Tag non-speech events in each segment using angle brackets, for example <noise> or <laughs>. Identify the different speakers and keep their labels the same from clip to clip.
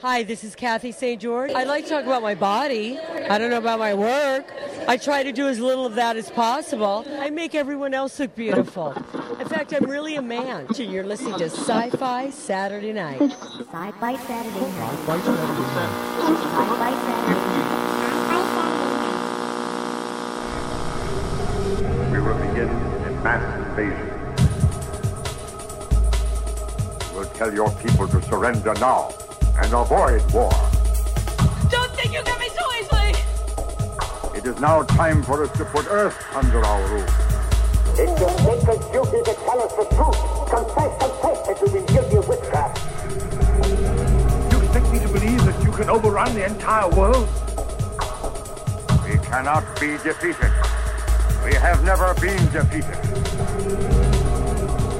Speaker 1: Hi, this is Kathy St. George. I like to talk about my body. I don't know about my work. I try to do as little of that as possible. I make everyone else look beautiful. In fact, I'm really a man. You're listening to Sci Fi Saturday Night.
Speaker 2: Sci Fi Saturday night. Sci Fi
Speaker 3: We will begin a mass invasion. We'll tell your people to surrender now and avoid war.
Speaker 4: Don't think you get me so easily!
Speaker 3: It is now time for us to put Earth under our rule.
Speaker 5: It's your sacred duty to tell us the truth. Confess, confess that you will guilty of witchcraft.
Speaker 6: You expect me to believe that you can overrun the entire world?
Speaker 3: We cannot be defeated. We have never been defeated.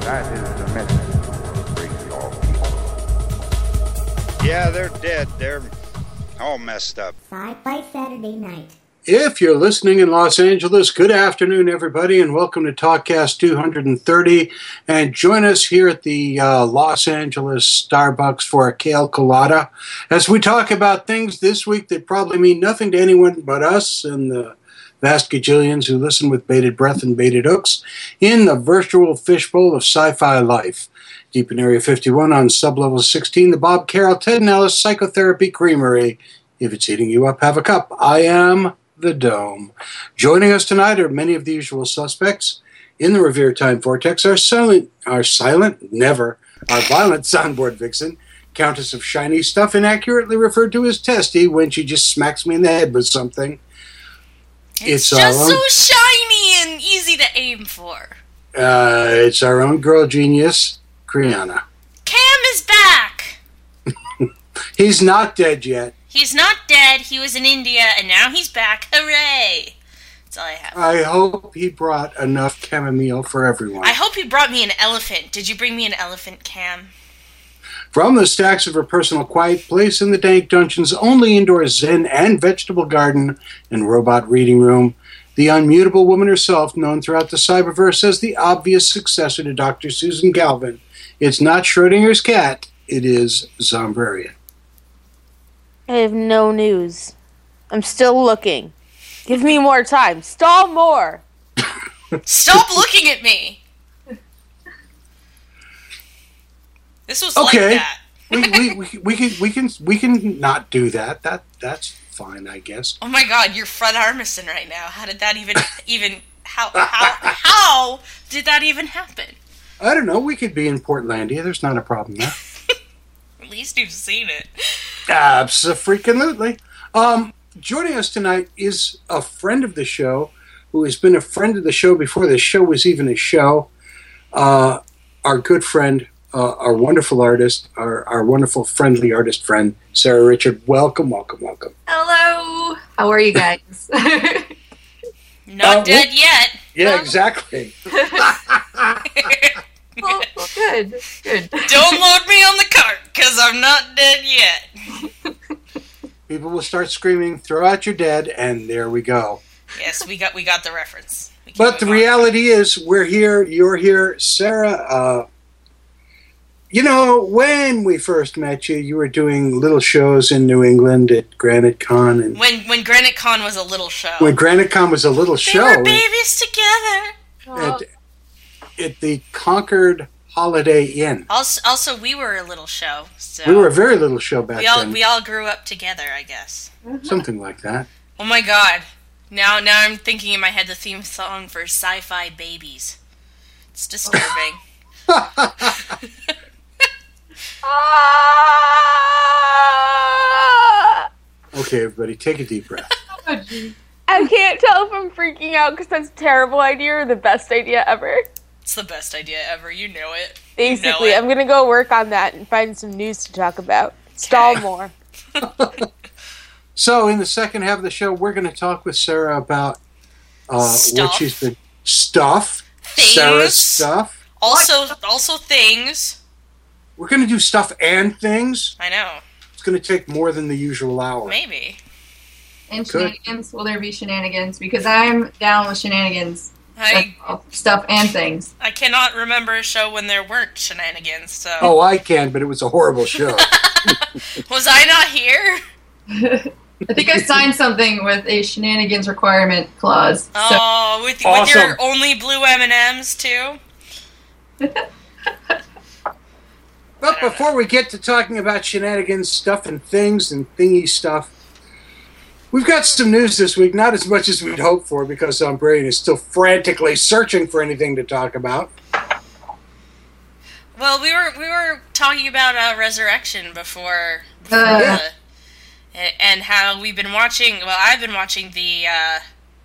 Speaker 3: That is the message. Bring your people.
Speaker 7: Yeah, they're dead. They're all messed up.
Speaker 2: Sci-Fi Saturday Night.
Speaker 8: If you're listening in Los Angeles, good afternoon, everybody, and welcome to TalkCast 230. And join us here at the uh, Los Angeles Starbucks for a kale colada as we talk about things this week that probably mean nothing to anyone but us and the vast gajillions who listen with bated breath and bated hooks in the virtual fishbowl of sci fi life. Deep in Area 51 on sublevel 16, the Bob Carroll Ted and Ellis Psychotherapy Creamery. If it's eating you up, have a cup. I am the Dome. Joining us tonight are many of the usual suspects. In the Revere Time Vortex are silent, are silent, never, our violent soundboard vixen, Countess of Shiny Stuff, inaccurately referred to as Testy when she just smacks me in the head with something.
Speaker 4: It's,
Speaker 8: our
Speaker 4: just so
Speaker 8: own-
Speaker 4: shiny and easy to aim for.
Speaker 8: Uh, it's our own girl genius, Kriana.
Speaker 4: Cam is back!
Speaker 8: He's not dead yet.
Speaker 4: He's not dead, he was in India, and now he's back. Hooray! That's all I have.
Speaker 8: I hope he brought enough chamomile for everyone.
Speaker 4: I hope you brought me an elephant. Did you bring me an elephant, Cam?
Speaker 8: From the stacks of her personal quiet place in the dank dungeon's only indoor zen and vegetable garden and robot reading room, the unmutable woman herself, known throughout the cyberverse as the obvious successor to Dr. Susan Galvin, it's not Schrodinger's cat, it is Zombrarian.
Speaker 9: I have no news. I'm still looking. Give me more time. Stall more.
Speaker 4: Stop looking at me! This was
Speaker 8: Okay.
Speaker 4: like that.
Speaker 8: we, we, we, we, can, we, can, we can not do that. that. That's fine, I guess.
Speaker 4: Oh my god, you're Fred Armisen right now. How did that even even how how how did that even happen?
Speaker 8: I don't know. We could be in Portlandia. There's not a problem there.
Speaker 4: At least you've seen it.
Speaker 8: Absolutely. Um, joining us tonight is a friend of the show who has been a friend of the show before the show was even a show. Uh, our good friend, uh, our wonderful artist, our, our wonderful friendly artist friend, Sarah Richard. Welcome, welcome, welcome.
Speaker 10: Hello. How are you guys?
Speaker 4: Not
Speaker 8: Uh,
Speaker 4: dead yet.
Speaker 8: Yeah, exactly.
Speaker 10: well, Oh, good. Good.
Speaker 4: <laughs> Don't load me on the cart, cause I'm not dead yet.
Speaker 8: People will start screaming, throw out your dead, and there we go.
Speaker 4: Yes, we got we got the reference. We can
Speaker 8: But the
Speaker 4: move on.
Speaker 8: reality is, we're here, you're here. Sarah, uh, you know, when we first met you, you were doing little shows in New England at Granite Con. And
Speaker 4: when when Granite Con was a little show.
Speaker 8: when Granite Con was a little
Speaker 4: they
Speaker 8: show
Speaker 4: were babies together.
Speaker 8: at, at the Concord Holiday Inn,
Speaker 4: Also, also we were a little show. So
Speaker 8: we were a very little show back
Speaker 4: we all
Speaker 8: then,
Speaker 4: we all grew up together, I guess.
Speaker 8: something like that.
Speaker 4: Oh my god. Now now I'm thinking in my head the theme song for sci-fi babies. It's disturbing.
Speaker 8: <laughs>
Speaker 9: Ah!
Speaker 8: Okay, everybody, take a deep breath.
Speaker 9: I can't tell if I'm freaking out because that's a terrible idea or the best idea ever.
Speaker 4: it's the best idea ever. You know it.
Speaker 9: Basically,
Speaker 4: it.
Speaker 9: I'm gonna go work on that and find some news to talk about. Stall
Speaker 10: <laughs>
Speaker 9: more.
Speaker 8: So, in the second half of the show, we're going to talk with Sarah about uh, what
Speaker 4: Stuff.
Speaker 8: she's been stuff,
Speaker 4: Things.
Speaker 8: Sarah's stuff.
Speaker 4: Also also things.
Speaker 8: We're going to do stuff and things.
Speaker 4: I know.
Speaker 8: It's going to take more than the usual hour.
Speaker 4: Maybe.
Speaker 10: And
Speaker 8: Good.
Speaker 10: shenanigans? Will there be shenanigans? Because I'm down with shenanigans,
Speaker 4: I
Speaker 10: Like, stuff and things.
Speaker 4: I cannot remember a show when there weren't shenanigans, so <laughs>
Speaker 8: Oh, I can, but it was a horrible show.
Speaker 4: Was I not here?
Speaker 10: I think I signed something with a shenanigans requirement clause. so-
Speaker 4: Oh, with, with
Speaker 10: Awesome.
Speaker 4: your only blue M and M's too.
Speaker 8: But before we get to talking about shenanigans stuff and things and thingy stuff, we've got some news this week. Not as much as we'd hoped for because um, Brady is still frantically searching for anything to talk about.
Speaker 4: Well, we were we were talking about uh, resurrection before, before
Speaker 8: Uh, yeah.
Speaker 4: the, a- and how we've been watching. Well, I've been watching the uh,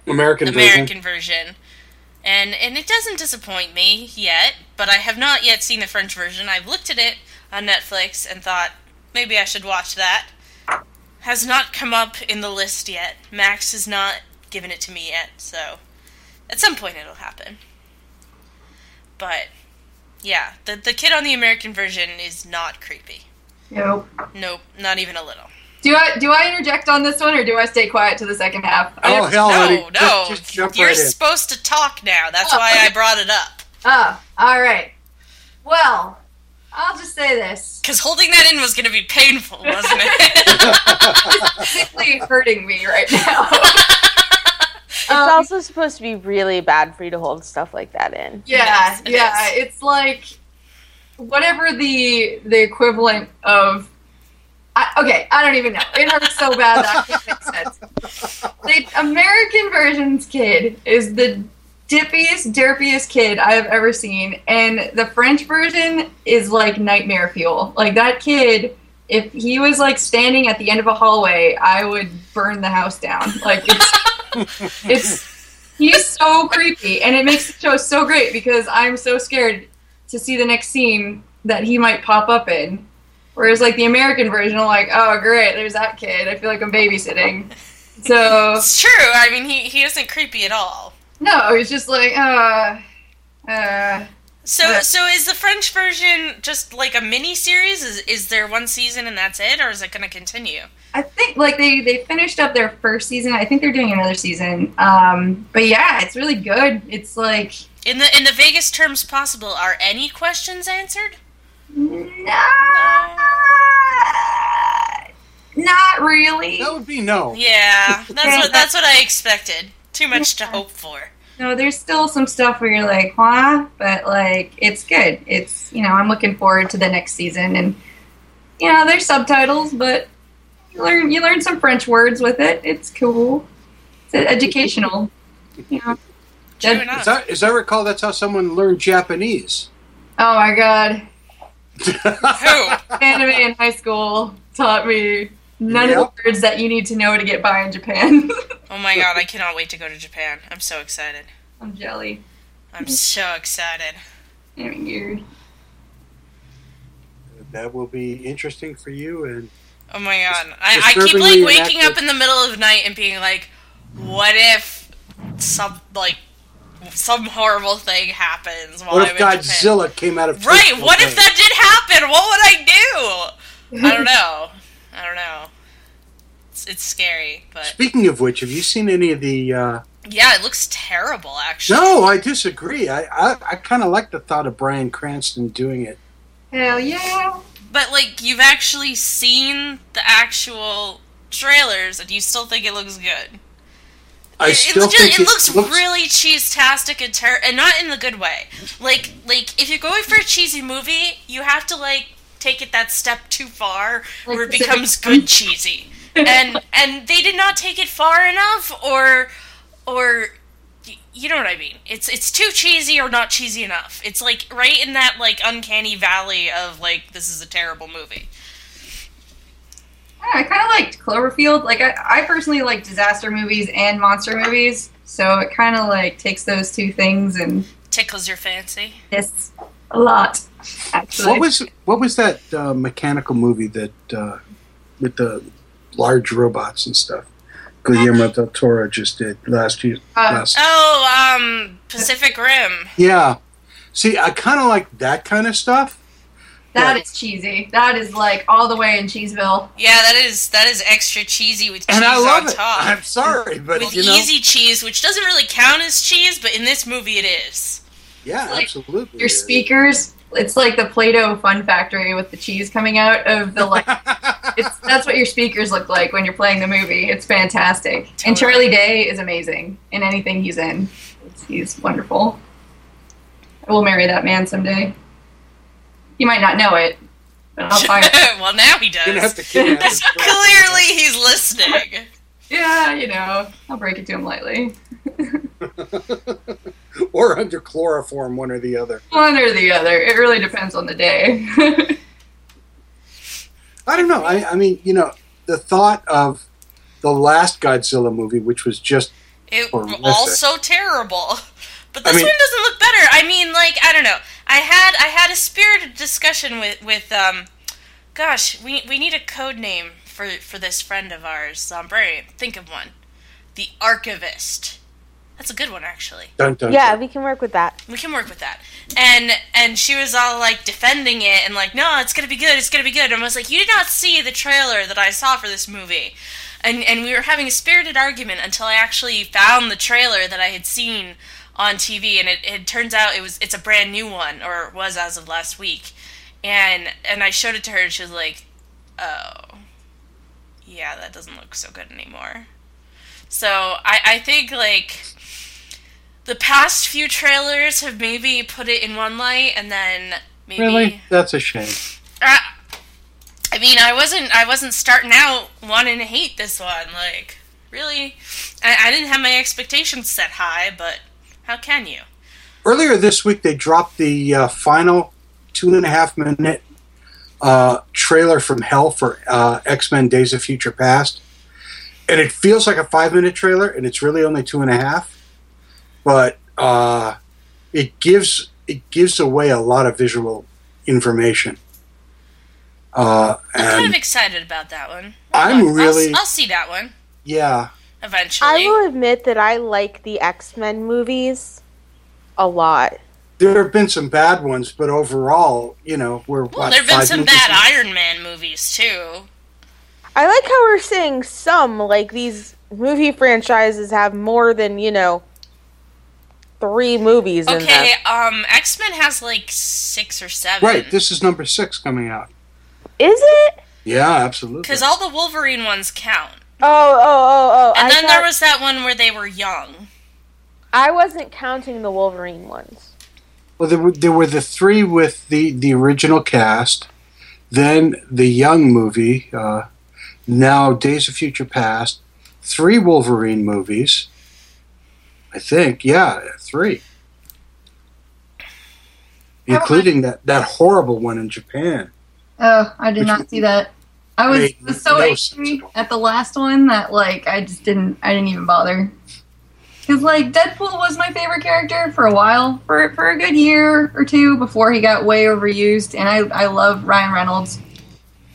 Speaker 8: American,
Speaker 4: American
Speaker 8: version.
Speaker 4: version, and and it doesn't disappoint me yet. But I have not yet seen the French version. I've looked at it on Netflix and thought maybe I should watch that. Has not come up in the list yet. Max has not given it to me yet, so at some point it'll happen. But yeah, the the kid on the American version is not creepy.
Speaker 10: Nope.
Speaker 4: Nope, not even a little.
Speaker 10: Do I do I interject on this one, or do I stay quiet to the second half?
Speaker 8: Oh, hell,
Speaker 4: no,
Speaker 8: honey.
Speaker 4: no,
Speaker 8: Just- just jump
Speaker 4: you're
Speaker 8: right in.
Speaker 4: supposed to talk now. That's why
Speaker 8: <laughs>
Speaker 4: I brought it up.
Speaker 10: Ah, all right. Well, I'll just say this.
Speaker 4: Because holding that in was going to be painful, wasn't it?
Speaker 10: Physically hurting me right now.
Speaker 9: It's
Speaker 10: Um,
Speaker 9: also supposed to be really bad for you to hold stuff like that in.
Speaker 10: Yeah,
Speaker 9: It is, it
Speaker 10: yeah.
Speaker 9: is.
Speaker 10: It's like whatever the the equivalent of. I, okay, I don't even know. It hurts so bad that it makes sense. The American version's kid is the dippiest, derpiest kid I have ever seen, and the French version is like nightmare fuel. Like that kid, if he was like standing at the end of a hallway, I would burn the house down. Like it's, it's He's so creepy, and it makes the show so great because I'm so scared to see the next scene that he might pop up in. Whereas, like the American version, I'm like, oh great, there's that kid. I feel like I'm babysitting. So
Speaker 4: it's true. I mean, he, he isn't creepy at all.
Speaker 10: no, it's just like, uh, uh,
Speaker 4: So so is the French version just like a mini series? Is is there one season and that's it, or is it going to continue?
Speaker 10: I think like they they finished up their first season. I think they're doing another season. Um, but yeah, it's really good. It's like
Speaker 4: In the in the vaguest terms possible, are any questions answered?
Speaker 10: not really.
Speaker 8: That would be no.
Speaker 4: Yeah, that's what that's what I expected. Too much to hope for.
Speaker 10: No, there's still some stuff where you're like, huh? But like, it's good. It's you know, I'm looking forward to the next season, and you know, there's subtitles, but you learn you learn some French words with it. It's cool. It's educational. You know. True
Speaker 8: As I, as I recall, that's how someone learned Japanese. <laughs>
Speaker 10: Oh my god. Anime in high school taught me none of the words that you need to know to get by in Japan. <laughs>
Speaker 4: Oh my god, I cannot wait to go to Japan. I'm so excited.
Speaker 10: I'm jelly.
Speaker 4: I'm so excited.
Speaker 10: Weird.
Speaker 8: That will be interesting for you. And
Speaker 4: Oh my god. I, I keep
Speaker 8: Disturbingly
Speaker 4: like waking
Speaker 8: inactive.
Speaker 4: up in the middle of the night and being like, what if some like some horrible thing happens while
Speaker 8: what
Speaker 4: I'm
Speaker 8: if
Speaker 4: in
Speaker 8: Godzilla came out of
Speaker 4: Japan? Right, what if
Speaker 8: Okay.
Speaker 4: that did happen? What would I do? I don't know. I don't know. It's, it's scary, but
Speaker 8: Speaking of which, have you seen any of the? Uh,
Speaker 4: yeah, it looks terrible actually.
Speaker 8: no, I disagree. I I, I kind of like the thought of Brian Cranston doing it.
Speaker 10: Hell yeah.
Speaker 4: But like you've actually seen the actual trailers and you still think it looks good.
Speaker 8: I
Speaker 4: it,
Speaker 8: still
Speaker 4: it's just,
Speaker 8: think
Speaker 4: it, looks, really cheese-tastic and ter- and not in the good way. Like like if you're going for a cheesy movie, you have to like take it that step too far where it becomes good cheesy. And and they did not take it far enough or or y- you know what I mean. It's it's too cheesy or not cheesy enough. It's like right in that like uncanny valley of like this is a terrible movie.
Speaker 10: Yeah, I kind of liked Cloverfield. Like I, I personally like disaster movies and monster movies, so it kind of like takes those two things and
Speaker 4: Tickles your fancy.
Speaker 10: yes, a lot. Actually,
Speaker 8: What was what was that uh, mechanical movie that uh, with the large robots and stuff? Guillermo del Toro just did last year.
Speaker 4: Uh,
Speaker 8: last
Speaker 4: oh, um Pacific Rim.
Speaker 8: Yeah. See, I kind of like that kind of stuff.
Speaker 10: That is cheesy. That is like all the way in Cheeseville.
Speaker 4: Yeah, that is that is extra cheesy with cheese
Speaker 8: And I love
Speaker 4: on
Speaker 8: it.
Speaker 4: top.
Speaker 8: I'm sorry, but,
Speaker 4: with
Speaker 8: you know-
Speaker 4: easy cheese, which doesn't really count as cheese, but in this movie it is.
Speaker 8: Yeah,
Speaker 10: Like,
Speaker 8: absolutely. <laughs>
Speaker 10: Your speakers. It's like the Play-Doh Fun Factory with the cheese coming out of the like that's what your speakers look like when you're playing the movie. It's fantastic. And Charlie Day is amazing in anything he's in. It's- he's wonderful. I will marry that man someday. He might not know it, but
Speaker 4: <laughs>
Speaker 10: I'll find
Speaker 4: well, now he does.
Speaker 10: have to kidnap him.
Speaker 4: Because clearly he's listening.
Speaker 10: Yeah, you know, I'll break it to him lightly.
Speaker 8: or under chloroform, one or the other.
Speaker 10: One or the other. It really depends on the day. <laughs>
Speaker 8: I don't know. I, I mean, you know, the thought of the last Godzilla movie, which was just
Speaker 4: It
Speaker 8: horrific.
Speaker 4: all so terrible. But
Speaker 8: I
Speaker 4: this
Speaker 8: mean-
Speaker 4: one doesn't look better. I mean, like I don't know. I had I had a spirited discussion with with um, gosh, we we need a code name for for this friend of ours, Zombre. Think of one. The Archivist. That's a good one, actually.
Speaker 8: Dun, dun,
Speaker 9: yeah, we can work with that.
Speaker 4: We can work with that. And and she was all like defending it and like, no, it's gonna be good, it's gonna be good. And I was like, you did not see the trailer that I saw for this movie. And and we were having a spirited argument until I actually found the trailer that I had seen on TV, and it, it turns out it was it's a brand new one or it was as of last week. And and I showed it to her, and she was like, oh, yeah, that doesn't look so good anymore. So I I think like the past few trailers have maybe put it in one light and then maybe
Speaker 8: Really? That's a shame.
Speaker 4: Uh, I mean I wasn't I wasn't starting out wanting to hate this one like really I, I didn't have my expectations set high but how can you
Speaker 8: Earlier this week, they dropped the uh, final two and a half minute uh, trailer from Hell for uh, X Men Days of Future Past. And it feels like a five minute trailer, and it's really only two and a half. But uh, it gives it gives away a lot of visual information. Uh,
Speaker 4: I'm kind of
Speaker 8: and
Speaker 4: excited about that one
Speaker 8: I'm
Speaker 4: I'll-
Speaker 8: really-
Speaker 4: I'll, see that one
Speaker 8: yeah,
Speaker 4: eventually
Speaker 9: I will admit that I like the X Men movies a lot.
Speaker 8: there have been some bad ones, but overall, you know, we're
Speaker 4: well, there have been some bad Iron Man movies too
Speaker 9: I like how we're saying some, like these movie franchises have more than, you know, three movies in them.
Speaker 4: okay um X-Men has like six or seven
Speaker 8: Right, this is number six coming out.
Speaker 9: Is it?
Speaker 8: Yeah, absolutely.
Speaker 4: because all the Wolverine ones count
Speaker 9: Oh, oh, oh, oh.
Speaker 4: And
Speaker 9: I,
Speaker 4: then
Speaker 9: thought-
Speaker 4: there was that one where they were young.
Speaker 9: I wasn't counting the Wolverine ones.
Speaker 8: Well, there were, there were the three with the, the original cast, then the Young movie, uh, now Days of Future Past, three Wolverine movies. I think, yeah, three. Including that, that horrible one in Japan.
Speaker 10: Oh, I did not see that. I was,
Speaker 8: Made
Speaker 10: was so
Speaker 8: no
Speaker 10: angry at the last one that like I just didn't I didn't even bother. Cause like Deadpool was my favorite character for a while, for for a good year or two before he got way overused, and I I love Ryan Reynolds,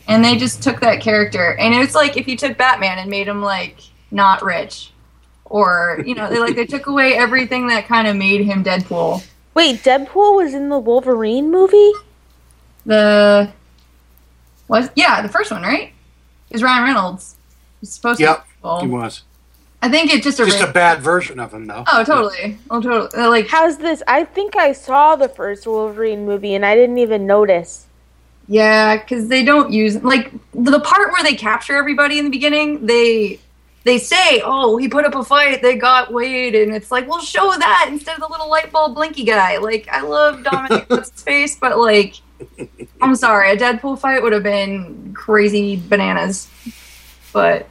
Speaker 10: and they just took that character, and it's like if you took Batman and made him like not rich, or you know they like they took away everything that kind of made him Deadpool.
Speaker 9: Wait, Deadpool was in the Wolverine movie?
Speaker 10: The was yeah the first one right? Is Ryan Reynolds? It's supposed
Speaker 8: Yep,
Speaker 10: to. Be
Speaker 8: he
Speaker 10: Deadpool.
Speaker 8: was.
Speaker 10: I think it just a.
Speaker 8: Just a bad version of him, though.
Speaker 10: oh totally oh totally Uh, like
Speaker 9: How's this? I think I saw the first Wolverine movie and I didn't even notice.
Speaker 10: yeah because they don't use like the part where they capture everybody in the beginning they they say oh he put up a fight they got Wade and it's like well show that instead of the little light bulb blinky guy like I love Dominic what's his face but like I'm sorry a Deadpool fight would have been crazy bananas but.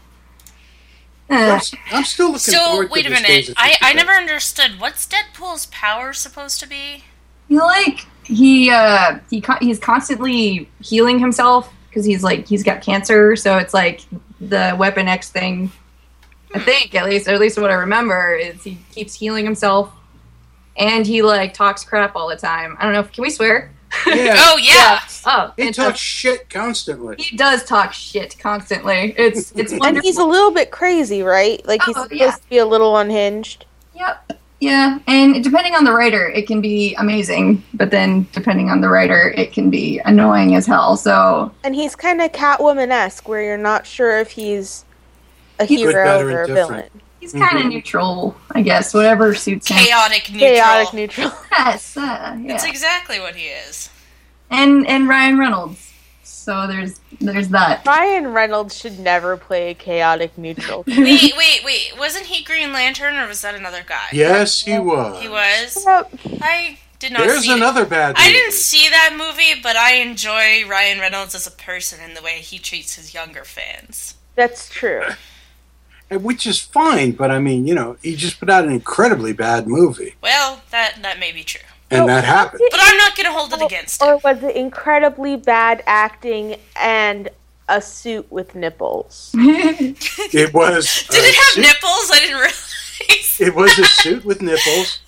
Speaker 10: eh.
Speaker 8: I'm, s- I'm still looking
Speaker 4: So
Speaker 8: forward
Speaker 4: wait
Speaker 8: to
Speaker 4: a
Speaker 8: this Days
Speaker 4: minute.
Speaker 8: of
Speaker 4: I,
Speaker 8: Future
Speaker 4: I
Speaker 8: Past.
Speaker 4: never understood what's Deadpool's power supposed to be?
Speaker 10: He like he uh he con- he's constantly healing himself because he's like he's got cancer, so it's like the Weapon X thing. I think at least, or at least what I remember is he keeps healing himself, and he like talks crap all the time. I don't know. if Can we swear?
Speaker 8: Yeah.
Speaker 4: <laughs> Oh yeah.
Speaker 10: Oh,
Speaker 8: He
Speaker 10: it's-
Speaker 8: talks shit constantly.
Speaker 10: <laughs> he does talk shit constantly. It's it's
Speaker 9: And he's a
Speaker 10: wonderful.
Speaker 9: little bit crazy, right? Like he's
Speaker 10: Oh,
Speaker 9: supposed
Speaker 10: yeah.
Speaker 9: to be a little unhinged.
Speaker 10: Yep. Yeah, and depending on the writer, it can be amazing. But then, depending on the writer, it can be annoying as hell. So
Speaker 9: And he's kind of Catwoman esque, where you're not sure if he's a
Speaker 10: He's
Speaker 8: good,
Speaker 9: hero
Speaker 8: better,
Speaker 9: or a
Speaker 8: and different.
Speaker 9: villain.
Speaker 10: He's kind of
Speaker 8: Mhm.
Speaker 10: neutral, I guess. Whatever suits him.
Speaker 4: Chaotic neutral.
Speaker 9: Chaotic neutral. <laughs>
Speaker 10: Yes, uh, yeah.
Speaker 4: That's exactly what he is.
Speaker 10: and and Ryan Reynolds. So there's there's that.
Speaker 9: Ryan Reynolds should never play a
Speaker 4: <laughs>
Speaker 9: chaotic neutral.
Speaker 4: wait, wait, wait. Wasn't he Green Lantern or was that another guy?
Speaker 8: Yes, he was.
Speaker 4: He was? I did not
Speaker 8: There's
Speaker 4: see it.
Speaker 8: another bad
Speaker 4: I
Speaker 8: movie.
Speaker 4: didn't see that movie, but I enjoy Ryan Reynolds as a person and the way he treats his younger fans.
Speaker 9: That's true.
Speaker 8: And Which is fine, but I mean, you know, he just put out an incredibly bad movie,
Speaker 4: Well, that that may be true.
Speaker 8: and that
Speaker 4: <laughs>
Speaker 8: happened.
Speaker 4: But I'm not going to hold it against
Speaker 9: Or was it incredibly bad acting and a suit with nipples?
Speaker 4: <laughs>
Speaker 8: It was.
Speaker 4: Did
Speaker 8: a
Speaker 4: it have
Speaker 8: suit-
Speaker 4: nipples? I didn't <laughs> realize. Uh,
Speaker 8: It was
Speaker 4: <laughs>
Speaker 8: a suit with nipples.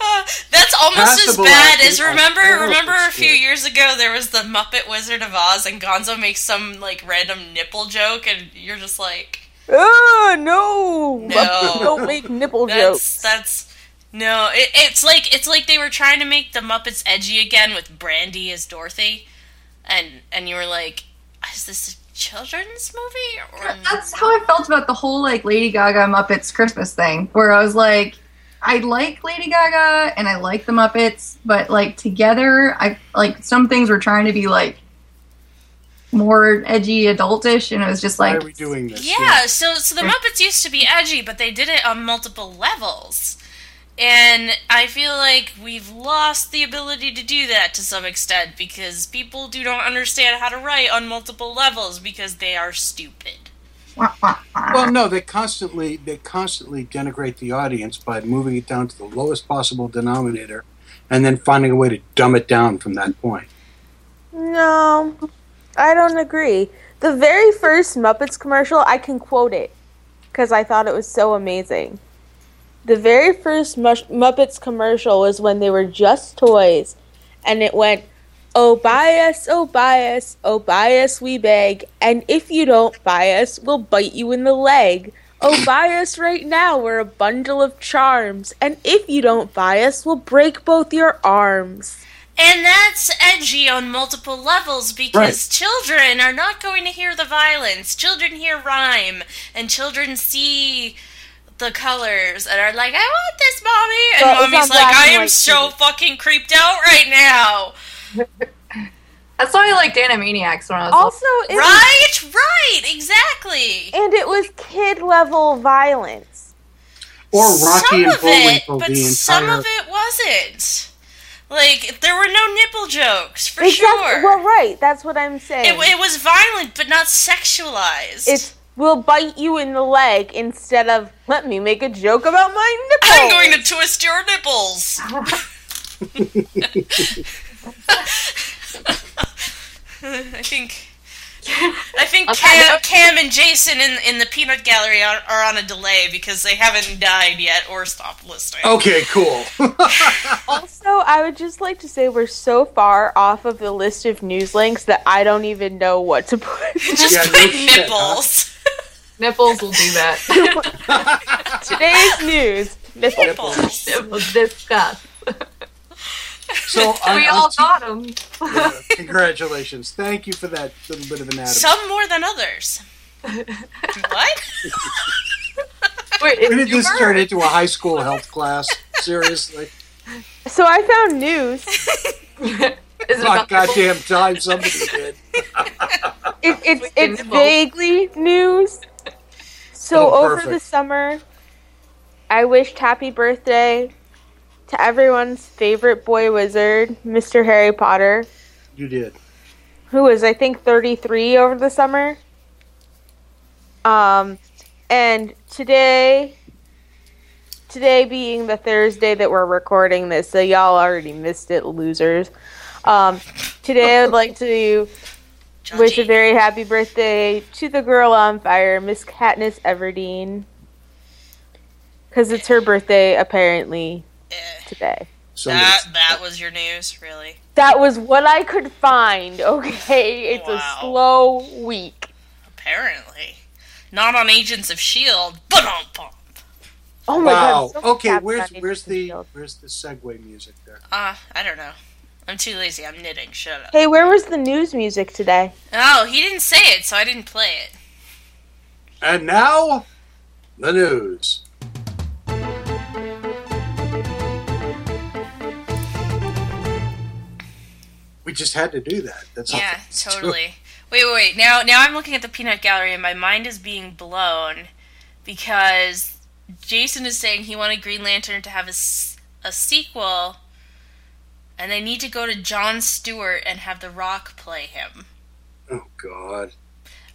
Speaker 4: That's almost as
Speaker 8: Passable
Speaker 4: bad
Speaker 8: acting
Speaker 4: as
Speaker 8: on
Speaker 4: remember.
Speaker 8: all of
Speaker 4: Remember
Speaker 8: the
Speaker 4: a few years ago there was the Muppet Wizard of Oz, and Gonzo makes some like random nipple joke, and you're just like,
Speaker 9: oh, no!
Speaker 4: No.
Speaker 9: <laughs> Don't make nipple jokes.
Speaker 4: that's that's no. It, it's like it's like they were trying to make the Muppets edgy again with Brandy as Dorothy, and and you were like, is this a children's movie? Or
Speaker 10: That's how I felt about the whole like Lady Gaga Muppets Christmas thing, where I was like, I like Lady Gaga and I like the Muppets, but like together, I like some things were trying to be like more edgy, adultish, and it was just
Speaker 8: Why
Speaker 10: like
Speaker 8: are we doing this?
Speaker 4: Yeah, so so the Muppets used to be edgy, but they did it on multiple levels. And I feel like we've lost the ability to do that to some extent because people do not understand how to write on multiple levels because they are stupid.
Speaker 8: Well, no, they constantly they constantly denigrate the audience by moving it down to the lowest possible denominator, and then finding a way to dumb it down from that point.
Speaker 9: No, I don't agree. The very first Muppets commercial, I can quote it because I thought it was so amazing. The very first Mush- Muppets commercial was when they were just toys, and it went, "Oh buy us, oh buy us, oh buy us, we beg, and if you don't buy us, we'll bite you in the leg. Oh buy us right now, we're a bundle of charms, and if you don't buy us, we'll break both your arms."
Speaker 4: And that's edgy on multiple levels because
Speaker 9: Right.
Speaker 4: children are not going to hear the violence. Children hear rhyme and children see the colors and are like, I want this, mommy. And
Speaker 10: Well, it's on
Speaker 4: mommy's
Speaker 10: black
Speaker 4: like,
Speaker 10: and
Speaker 4: I am
Speaker 10: white
Speaker 4: so fucking creeped out right now.
Speaker 10: that's why I liked Animaniacs when I was
Speaker 9: Also, it
Speaker 4: right, right, exactly.
Speaker 9: And it was kid level violence.
Speaker 8: Or Rocky
Speaker 4: some
Speaker 8: and
Speaker 4: of
Speaker 8: Bullwinkle,
Speaker 4: it, but
Speaker 8: the entire
Speaker 4: some of it wasn't. Like there were no nipple jokes for sure.
Speaker 9: Well, right. That's what I'm
Speaker 4: It,
Speaker 9: saying.
Speaker 4: it was violent, but not sexualized.
Speaker 9: it's we'll bite you in the leg instead of let me make a joke about my nipple.
Speaker 4: I'm going to twist your nipples. I think. I think Cam, Cam and Jason in in the peanut gallery are, are on a delay because they haven't died yet or stopped listening.
Speaker 8: Okay, cool. <laughs>
Speaker 9: also, I would just like to say we're so far off of the list of news links that I don't even know what to put.
Speaker 4: Just put nipples.
Speaker 10: <laughs> Nipples will do that.
Speaker 9: <laughs> Today's news: nipples.
Speaker 10: nipples. Discuss.
Speaker 4: <laughs>
Speaker 8: So on-
Speaker 10: we
Speaker 8: on
Speaker 10: all
Speaker 8: t-
Speaker 10: got them.
Speaker 8: Yeah, congratulations. Thank you for that little bit of anatomy.
Speaker 4: Some more than others. what?
Speaker 10: Wait,
Speaker 8: When did this turn into a high school health class? Seriously?
Speaker 9: So I found news.
Speaker 8: Not goddamn time somebody did.
Speaker 9: it, it's it's
Speaker 8: nibble.
Speaker 9: vaguely news. So
Speaker 8: Oh,
Speaker 9: over the
Speaker 8: perfect.
Speaker 9: summer, I wished happy birthday to everyone's favorite boy wizard, Mr. Harry Potter,
Speaker 8: You did.
Speaker 9: who was I think 33 over the summer. Um, and today, today being the Thursday that we're recording this, so y'all already missed it, losers. Um, today I'd like to wish a very happy birthday to the girl on fire, Miss Katniss Everdeen, because it's her birthday apparently
Speaker 4: Eh.
Speaker 9: today.
Speaker 4: That that was your news, really?
Speaker 9: That was what I could find. <laughs>
Speaker 4: Oh,
Speaker 9: Okay, it's a slow week.
Speaker 4: Apparently, not on Agents of Shield, but on
Speaker 9: Oh my
Speaker 8: wow.
Speaker 9: god! so much
Speaker 8: okay,
Speaker 9: happened
Speaker 8: where's
Speaker 9: on it.
Speaker 8: where's the where's the segue music there?
Speaker 4: Uh, I don't know. I'm too lazy. I'm knitting. Shut up.
Speaker 9: Hey, where was the news music today?
Speaker 4: Oh, he didn't say it, so I didn't play it.
Speaker 8: And now the news. We just had to do that. That's all.
Speaker 4: yeah, totally. Wait, wait, wait. Now, now I'm looking at the peanut gallery and my mind is being blown because Jason is saying he wanted Green Lantern to have a, s- a sequel and they need to go to John Stewart and have The Rock play him.
Speaker 8: Oh God.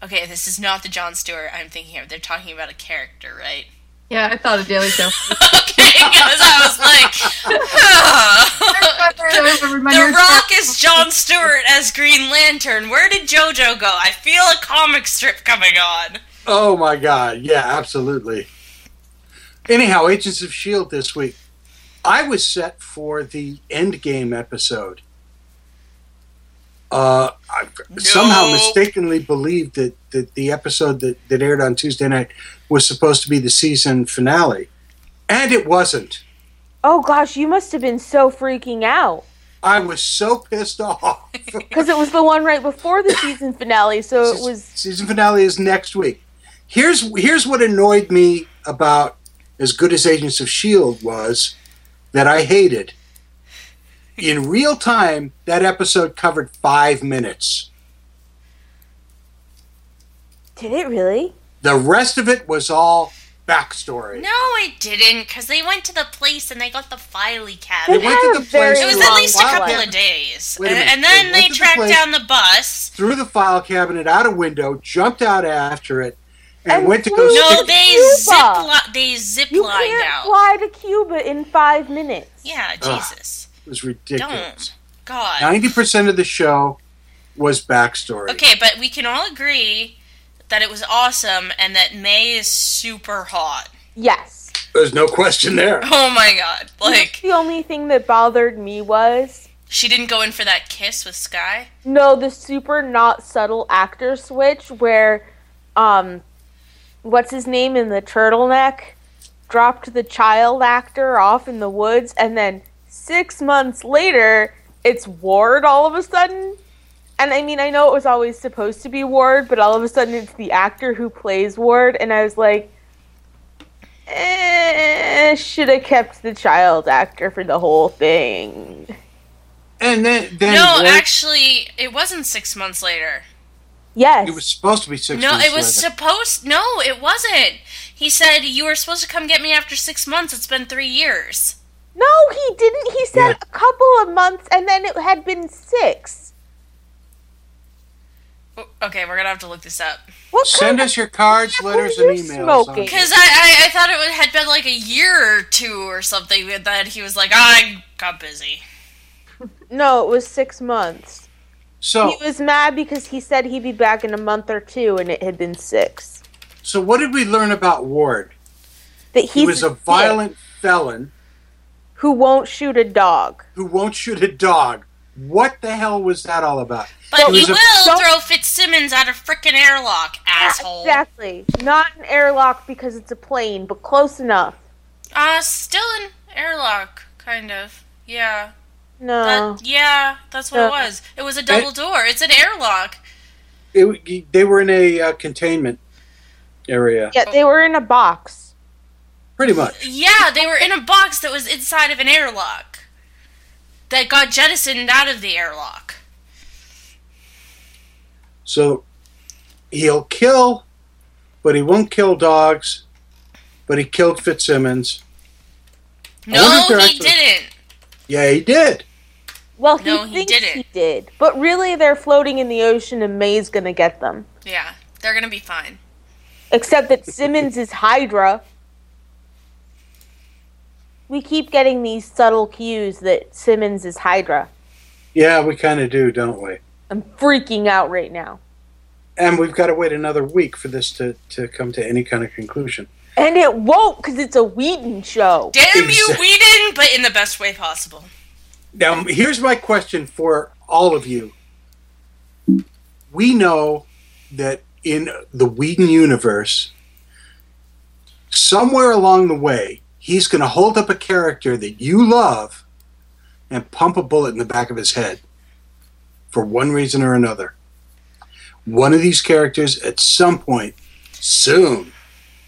Speaker 4: Okay, this is not the John Stewart I'm thinking of. They're talking about a character, right? <laughs>
Speaker 10: Yeah, I thought of Daily <laughs> Show.
Speaker 4: okay, because I was like, huh. The Rock is John Stewart as Green Lantern. Where did JoJo go? I feel a comic strip coming on.
Speaker 8: Oh my God! Yeah, absolutely. Anyhow, Agents of Shield E this week. I was set for the Endgame episode. Uh, I somehow mistakenly believed that, that the episode that, that aired on Tuesday night was supposed to be the season finale, and it wasn't.
Speaker 9: Oh gosh, you must have been so freaking out
Speaker 8: I was so pissed <laughs> off.
Speaker 9: because it was the one right before the season finale. So it was
Speaker 8: season finale is next week. Here's here's what annoyed me about as good as Agents of Shield E was that I hated. In real time, that episode covered five minutes.
Speaker 9: Did it really?
Speaker 8: The rest of it was all backstory.
Speaker 4: No, it didn't, because they went to the place and they got the Filey
Speaker 8: They
Speaker 4: cabinet.
Speaker 8: went to the place.
Speaker 4: It was at least a couple of days.
Speaker 8: Wait a
Speaker 4: And,
Speaker 8: minute.
Speaker 4: and then they
Speaker 8: They went to the
Speaker 4: tracked
Speaker 8: place-
Speaker 4: down the bus.
Speaker 8: Through the file cabinet, out a window, jumped out after it, and, went to go.
Speaker 4: No,
Speaker 8: stick-
Speaker 4: they
Speaker 9: Cuba.
Speaker 4: zip li- they zip
Speaker 9: You
Speaker 4: lined
Speaker 9: can't
Speaker 4: out.
Speaker 9: fly to Cuba in five minutes.
Speaker 4: Yeah,
Speaker 8: Ugh.
Speaker 4: Jesus.
Speaker 8: It was ridiculous.
Speaker 4: God.
Speaker 8: Ninety percent of the show was backstory.
Speaker 4: Okay, but we can all agree that it was awesome and that May is super hot. <laughs>
Speaker 9: Yes.
Speaker 8: There's no question there.
Speaker 4: Oh my god. <laughs> Like
Speaker 9: the only thing that bothered me was
Speaker 4: she didn't go in for that kiss with Sky.
Speaker 9: no the super not subtle actor switch where, um, what's his name in the turtleneck, dropped the child actor off in the woods, and then six months later it's Ward all of a sudden. And I mean, I know it was always supposed to be Ward, but all of a sudden it's the actor who plays Ward, and I was like, eh, should have kept the child actor for the whole thing.
Speaker 8: And then, then
Speaker 4: no,
Speaker 8: Ward-
Speaker 4: actually, it wasn't six months later.
Speaker 9: Yes.
Speaker 8: it was supposed to be six.
Speaker 4: no,
Speaker 8: months
Speaker 4: it was
Speaker 8: later.
Speaker 4: supposed. No, it wasn't. He said you were supposed to come get me after six months. It's been three years.
Speaker 9: No, he didn't. He said
Speaker 8: Yeah.
Speaker 9: a couple of months, and then it had been six.
Speaker 4: O- Okay, we're gonna have to look this up
Speaker 9: What
Speaker 8: Send
Speaker 9: kind
Speaker 8: us your cards, letters,
Speaker 9: are
Speaker 8: and
Speaker 9: you
Speaker 8: emails.
Speaker 9: smoking?
Speaker 4: because I, I I thought it would- had been like a year or two or something that- that he was like "Ah, I got busy.
Speaker 9: of- no, it was six months.
Speaker 8: So,
Speaker 9: He was mad because he said he'd be back in a month or two, and it had been six.
Speaker 8: so what did we learn about Ward?
Speaker 9: That he's
Speaker 8: He was a
Speaker 9: dick
Speaker 8: violent felon
Speaker 9: who won't shoot a dog.
Speaker 8: who won't shoot a dog. What the hell was that all about?
Speaker 4: But
Speaker 8: It
Speaker 4: he
Speaker 8: was a-
Speaker 4: will
Speaker 9: Don't-
Speaker 4: throw Fitzsimmons out of frickin' airlock, asshole.
Speaker 9: Exactly. Not an airlock because it's a plane, but close enough.
Speaker 4: Uh, still in airlock, kind of. Yeah.
Speaker 8: Oh.
Speaker 9: No.
Speaker 4: That- yeah, that's what
Speaker 9: Uh,
Speaker 4: it was. It was a double door. It's an airlock.
Speaker 8: It- they were in a uh, containment area,
Speaker 9: yeah, they were in a box.
Speaker 8: pretty much.
Speaker 4: Yeah, they were in a box that was inside of an airlock that got jettisoned out of the airlock.
Speaker 8: So he'll kill, but he won't kill dogs. But he killed Fitzsimmons. wonder
Speaker 4: No,
Speaker 8: if
Speaker 4: he
Speaker 8: they're actually-
Speaker 4: didn't.
Speaker 8: Yeah, he did.
Speaker 9: Well, he
Speaker 4: No, he
Speaker 9: thinks
Speaker 4: didn't.
Speaker 9: he did, but really they're floating in the ocean, and May's gonna get them.
Speaker 4: Yeah, they're gonna be fine.
Speaker 8: <laughs>
Speaker 9: Except that Simmons is Hydra. We keep getting these subtle cues that Simmons is Hydra.
Speaker 8: Yeah, we kind of do, don't we?
Speaker 9: I'm freaking out right now.
Speaker 8: And we've got to wait another week for this to, to come to any kind of conclusion.
Speaker 9: And it won't because it's a Wheaton show.
Speaker 4: Damn you,
Speaker 8: Exact-
Speaker 4: Whedon, but in the best way possible.
Speaker 8: Now, here's my question for all of you. We know that in the Whedon universe, somewhere along the way, he's going to hold up a character that you love and pump a bullet in the back of his head for one reason or another. One of these characters, at some point, soon,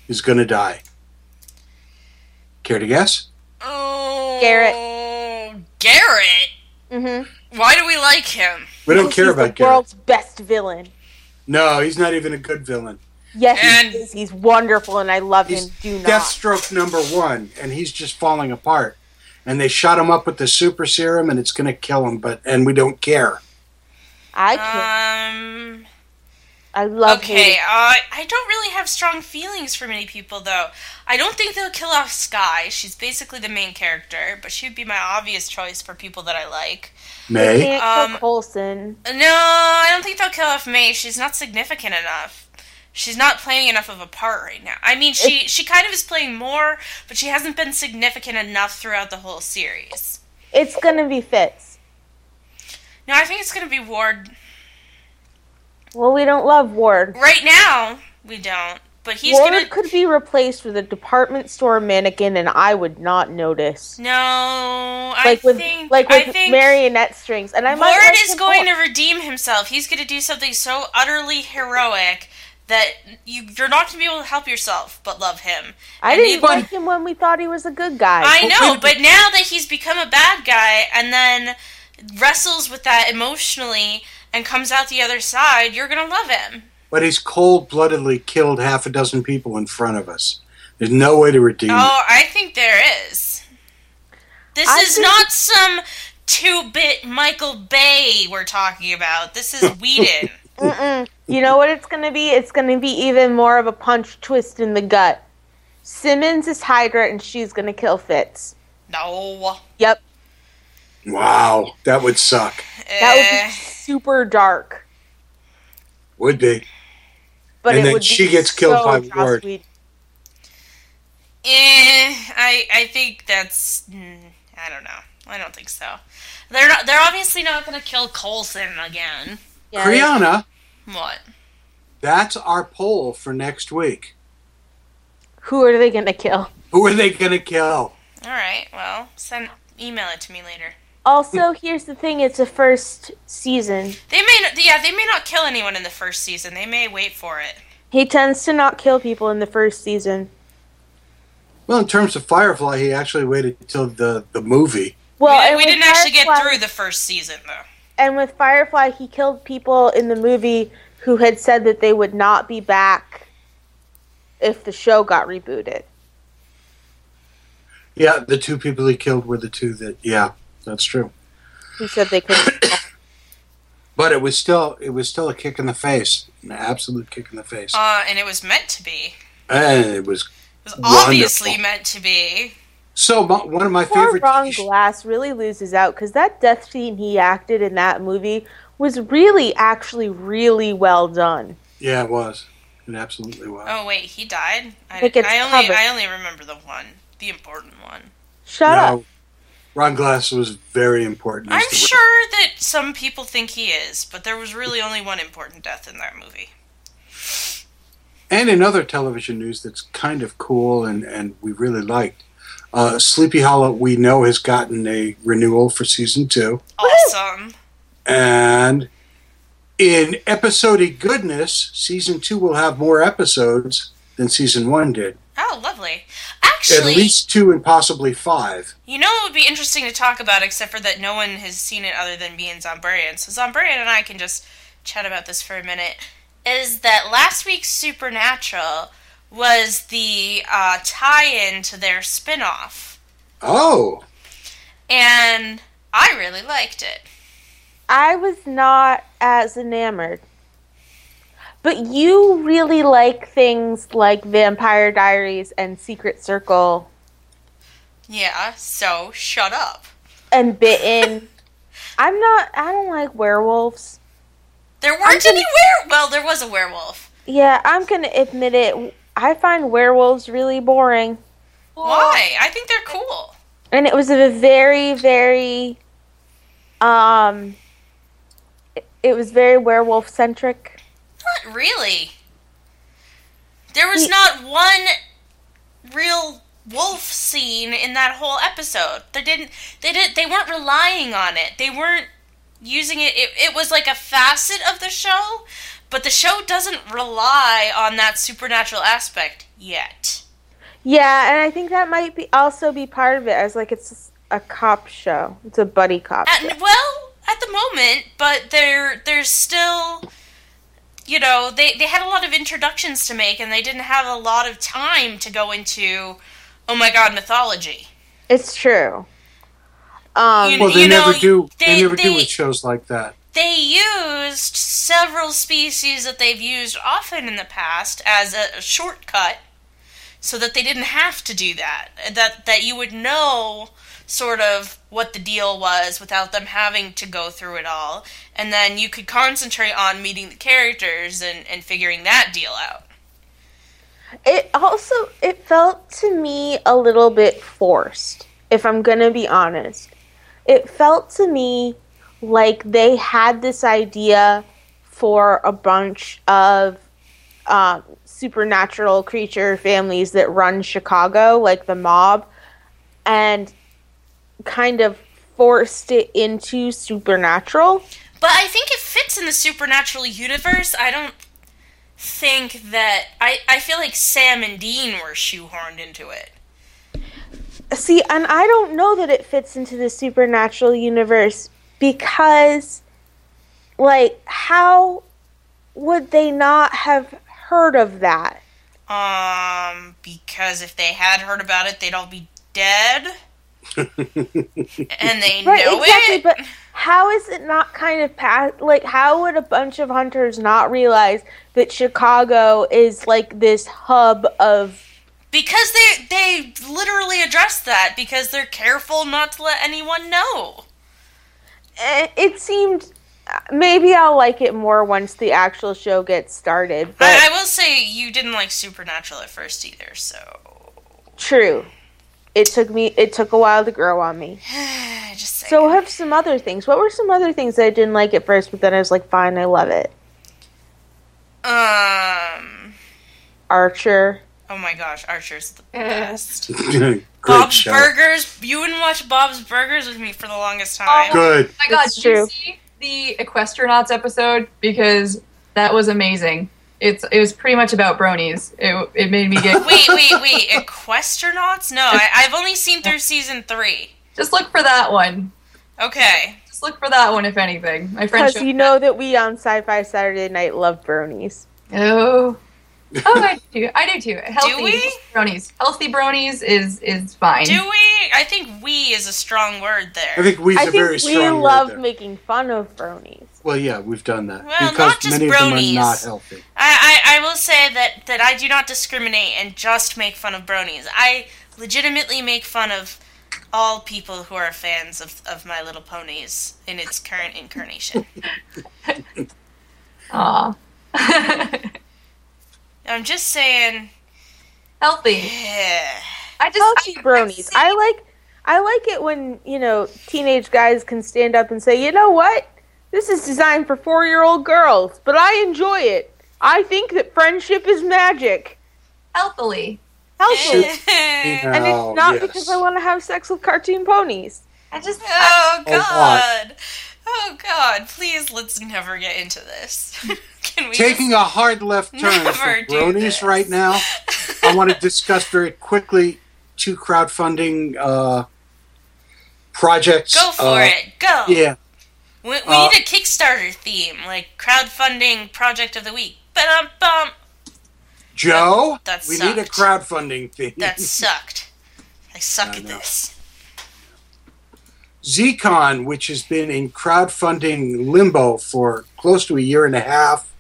Speaker 8: is going to die. Care to guess?
Speaker 4: Oh,
Speaker 9: Garrett.
Speaker 4: Garrett.
Speaker 9: Mm-hmm.
Speaker 4: Why do we like him?
Speaker 8: We don't care
Speaker 9: he's
Speaker 8: about
Speaker 9: the
Speaker 8: Garrett.
Speaker 9: world's best villain.
Speaker 8: No, he's not even a good villain.
Speaker 9: Yes, he is. He's wonderful, and I love him. Do not.
Speaker 8: Deathstroke number one, and he's just falling apart. And they shot him up with the super serum, and it's going to kill him. But and we don't care.
Speaker 9: I Mm-hmm.
Speaker 4: can. Um,
Speaker 9: I love
Speaker 4: okay,
Speaker 9: him.
Speaker 4: uh, I don't really have strong feelings for many people, though. I don't think they'll kill off Sky. She's basically the main character, but she'd be my obvious choice for people that I like.
Speaker 9: They
Speaker 8: May.
Speaker 9: can't kill
Speaker 4: Um,
Speaker 9: Coulson.
Speaker 4: No, I don't think they'll kill off May. She's not significant enough. She's not playing enough of a part right now. I mean, she she kind of is playing more, but she hasn't been significant enough throughout the whole series.
Speaker 9: It's gonna be Fitz.
Speaker 4: No, I think it's gonna be Ward.
Speaker 9: Well, we don't love Ward.
Speaker 4: Right now, we don't, but he's
Speaker 9: Ward
Speaker 4: gonna.
Speaker 9: could be replaced with a department store mannequin, and I would not notice.
Speaker 4: No, I
Speaker 9: Like with
Speaker 4: think
Speaker 9: like
Speaker 4: I
Speaker 9: with
Speaker 4: think
Speaker 9: marionette strings, and I might.
Speaker 4: Ward
Speaker 9: like
Speaker 4: is
Speaker 9: him
Speaker 4: going
Speaker 9: more.
Speaker 4: to redeem himself. He's going to do something so utterly heroic that you you're not going to be able to help yourself but love him.
Speaker 9: I
Speaker 4: and
Speaker 9: didn't
Speaker 4: even-
Speaker 9: like him when we thought he was a good guy.
Speaker 4: I know, but now that he's become a bad guy and then wrestles with that emotionally and comes out the other side, you're going to love him.
Speaker 8: But he's cold bloodedly killed half a dozen people in front of us. There's no way to redeem.
Speaker 9: Mm.
Speaker 8: it.
Speaker 4: Oh, I think there is. This
Speaker 9: I
Speaker 4: is
Speaker 9: think-
Speaker 4: not some two-bit Michael Bay we're talking about. This
Speaker 9: <laughs>
Speaker 4: is Whedon.
Speaker 9: Mm-mm. You know what it's going to be? It's going to be even more of a punch twist in the gut. Simmons is Hydra, and she's going to kill Fitz.
Speaker 4: no.
Speaker 9: Yep,
Speaker 8: Wow, that would suck.
Speaker 9: that would
Speaker 4: Eh.
Speaker 9: be super dark.
Speaker 8: Would be.
Speaker 9: But
Speaker 8: And
Speaker 9: it
Speaker 8: then
Speaker 9: would
Speaker 8: she
Speaker 9: be
Speaker 8: gets killed
Speaker 9: so
Speaker 8: by
Speaker 9: Joss
Speaker 8: Ward.
Speaker 9: Whedon.
Speaker 4: Eh, I I think that's mm, I don't know. I don't think so. They're not. They're obviously not going to kill Colson again.
Speaker 9: Yeah.
Speaker 8: Kriana,
Speaker 4: What?
Speaker 8: that's our poll for next week.
Speaker 9: Who are they going to kill?
Speaker 8: Who are they going to kill?
Speaker 4: All right. Well, send email it to me later.
Speaker 9: Also, here's the thing: it's a first season.
Speaker 4: They may not. Yeah, they may not kill anyone in the first season. They may wait for it.
Speaker 9: He tends to not kill people in the first season.
Speaker 8: Well, in terms of Firefly, he actually waited till the, the movie.
Speaker 9: Well,
Speaker 4: we,
Speaker 9: and
Speaker 4: we
Speaker 9: with
Speaker 4: didn't actually get
Speaker 9: Firefly-
Speaker 4: through the first season though.
Speaker 9: And with Firefly, he killed people in the movie who had said that they would not be back if the show got rebooted.
Speaker 8: Yeah, the two people he killed were the two that. Yeah, that's true.
Speaker 9: He said they
Speaker 8: <coughs>
Speaker 9: couldn't. be back.
Speaker 8: But it was still it was still a kick in the face, an absolute kick in the face,
Speaker 4: Uh, and it was meant to be.
Speaker 8: and it was
Speaker 4: It was obviously
Speaker 8: Wonderful.
Speaker 4: meant to be.
Speaker 8: so. My, one of my
Speaker 9: Poor
Speaker 8: favorite.
Speaker 9: Ron Glass really loses out because that death scene he acted in that movie was really, actually, really well done.
Speaker 8: Yeah, it was. It absolutely was.
Speaker 4: Oh wait, he died. I,
Speaker 9: It gets
Speaker 4: I only
Speaker 9: covered.
Speaker 4: I only remember the one, the important one.
Speaker 9: Shut
Speaker 8: No,
Speaker 9: up.
Speaker 8: Ron Glass was very important. as
Speaker 4: I'm
Speaker 8: the-
Speaker 4: sure that some people think he is, but there was really only one important death in that movie.
Speaker 8: And in other television news that's kind of cool and, and we really liked, uh, Sleepy Hollow, we know, has gotten a renewal for season two.
Speaker 4: Awesome.
Speaker 8: And in episodic goodness, season two will have more episodes than season one did.
Speaker 4: Oh, lovely.
Speaker 8: At
Speaker 4: Actually,
Speaker 8: least two and possibly five.
Speaker 4: you know what would be interesting to talk about, except for that no one has seen it other than me and Zombrarian, so Zombrarian and I can just chat about this for a minute, is that last week's Supernatural was the uh, tie-in to their spin-off,
Speaker 8: Oh,
Speaker 4: and I really liked it.
Speaker 9: I was not as enamored. But you really like things like Vampire Diaries and Secret Circle
Speaker 4: Yeah, so shut up.
Speaker 9: and Bitten. I'm not, I don't like werewolves.
Speaker 4: There weren't
Speaker 9: gonna-
Speaker 4: any were- well, there was a werewolf.
Speaker 9: Yeah, I'm going to admit it. I find werewolves really boring.
Speaker 4: Why? I think they're cool.
Speaker 9: And it was a very, very, um, it, it was very werewolf centric.
Speaker 4: Not really. There was not one real wolf scene in that whole episode. They didn't. They did. They weren't relying on it. They weren't using it. It, it was like a facet of the show, but the show doesn't rely on that supernatural aspect yet.
Speaker 9: Yeah, and I think that might be also be part of it. I was like, it's a cop show. It's a buddy cop. show.
Speaker 4: At, well, at the moment, but there there's still you know, they, they had a lot of introductions to make and they didn't have a lot of time to go into, oh my god, mythology.
Speaker 9: It's true. Um,
Speaker 4: You-
Speaker 8: well, they
Speaker 4: you know,
Speaker 8: never do. They,
Speaker 4: they-
Speaker 8: never do
Speaker 4: they-
Speaker 8: with shows like that. <laughs>
Speaker 4: They used several species that they've used often in the past as a, a shortcut so that they didn't have to do that. That that you would know sort of what the deal was without them having to go through it all and then you could concentrate on meeting the characters and, and figuring that deal out.
Speaker 9: It also it felt to me a little bit forced, if I'm gonna be honest. It felt to me like they had this idea for a bunch of um, supernatural creature families that run Chicago, like the mob, and kind of forced it into supernatural.
Speaker 4: But I think it fits in the supernatural universe. I don't think that I, I feel like Sam and Dean were shoehorned into it.
Speaker 9: See, and I don't know that it fits into the supernatural universe because, like, how would they not have heard of that?
Speaker 4: Um because if they had heard about it they'd all be dead. and they
Speaker 9: <laughs> Right,
Speaker 4: know
Speaker 9: exactly.
Speaker 4: it.
Speaker 9: But how is it not kind of past? Like, how would a bunch of hunters not realize that Chicago is like this hub of?
Speaker 4: Because they they literally addressed that because they're careful not to let anyone know.
Speaker 9: eh, It seemed. Maybe I'll like it more once the actual show gets started. But
Speaker 4: I, I will say you didn't like Supernatural at first either, so <sighs>
Speaker 9: True. It took me. It took a while to grow on me.
Speaker 4: Just
Speaker 9: so have some other things. What were some other things that I didn't like at first, but then I was like, fine, I love it.
Speaker 4: um
Speaker 9: Archer.
Speaker 4: oh my gosh, Archer's the best.
Speaker 8: Great
Speaker 4: Bob's
Speaker 8: show.
Speaker 4: Burgers. You wouldn't watch Bob's Burgers with me for the longest time.
Speaker 8: Good.
Speaker 10: Oh my god,
Speaker 9: That's
Speaker 10: did you
Speaker 9: true.
Speaker 10: see the Equestronauts episode? Because that was amazing. It's it was pretty much about bronies. It it made me
Speaker 4: <laughs>
Speaker 9: Oh.
Speaker 10: get
Speaker 4: Wait, wait, wait. Equestronauts? No, I, I've only seen through season three.
Speaker 10: just look for that one.
Speaker 4: Okay.
Speaker 10: Just look for that one if anything. My friend
Speaker 9: Because
Speaker 10: showed
Speaker 9: you know that we on Sci-Fi Saturday Night love bronies.
Speaker 10: Oh. Oh, I do. I do too. Healthy
Speaker 4: we?
Speaker 10: bronies. Healthy bronies is is fine.
Speaker 4: Do we? I think we is a strong word
Speaker 8: I
Speaker 4: there.
Speaker 8: think we's
Speaker 9: I
Speaker 8: a very
Speaker 9: think we
Speaker 8: strong word
Speaker 9: love
Speaker 8: there.
Speaker 9: making fun of bronies.
Speaker 8: Well, yeah, we've done that
Speaker 4: Well,
Speaker 8: because
Speaker 4: not just
Speaker 8: many of them
Speaker 4: bronies.
Speaker 8: are not healthy.
Speaker 4: I, I, I will say that, that I do not discriminate and just make fun of bronies. I legitimately make fun of all people who are fans of, of My Little Ponies in its current incarnation.
Speaker 10: Aw. <laughs>
Speaker 4: I'm just saying. eh.
Speaker 10: Healthy.
Speaker 4: Yeah.
Speaker 10: I just
Speaker 9: Healthy
Speaker 10: I-
Speaker 9: bronies. I
Speaker 10: I've
Speaker 9: like. I like it when you know teenage guys can stand up and say, you know what, this is designed for four-year-old girls, but I enjoy it. I think that friendship is magic.
Speaker 10: seen healthily.
Speaker 9: Healthy.
Speaker 4: Eh,
Speaker 9: And
Speaker 8: Oh,
Speaker 9: it's not
Speaker 8: yes.
Speaker 9: because I want to have sex with cartoon ponies.
Speaker 10: I just
Speaker 4: Oh
Speaker 8: A lot.
Speaker 4: God! Oh God! Please, let's never get into this. <laughs> Can we?
Speaker 8: Taking a
Speaker 4: <laughs>
Speaker 8: hard left turn
Speaker 4: Never
Speaker 8: from
Speaker 4: do this.
Speaker 8: bronies right now.
Speaker 4: <laughs>
Speaker 8: I want to discuss very quickly two crowdfunding uh, projects.
Speaker 4: go for
Speaker 8: Uh,
Speaker 4: it. Go.
Speaker 8: Yeah,
Speaker 4: We, we
Speaker 8: Uh,
Speaker 4: need a Kickstarter theme, like crowdfunding project of the week. But um, bum.
Speaker 8: Joe.
Speaker 4: That- that
Speaker 8: we need a
Speaker 4: sucked.
Speaker 8: crowdfunding thing. <laughs>
Speaker 4: That sucked. I suck
Speaker 8: I
Speaker 4: at
Speaker 8: know.
Speaker 4: this.
Speaker 8: Zcon, which has been in crowdfunding limbo for close to a year and a half,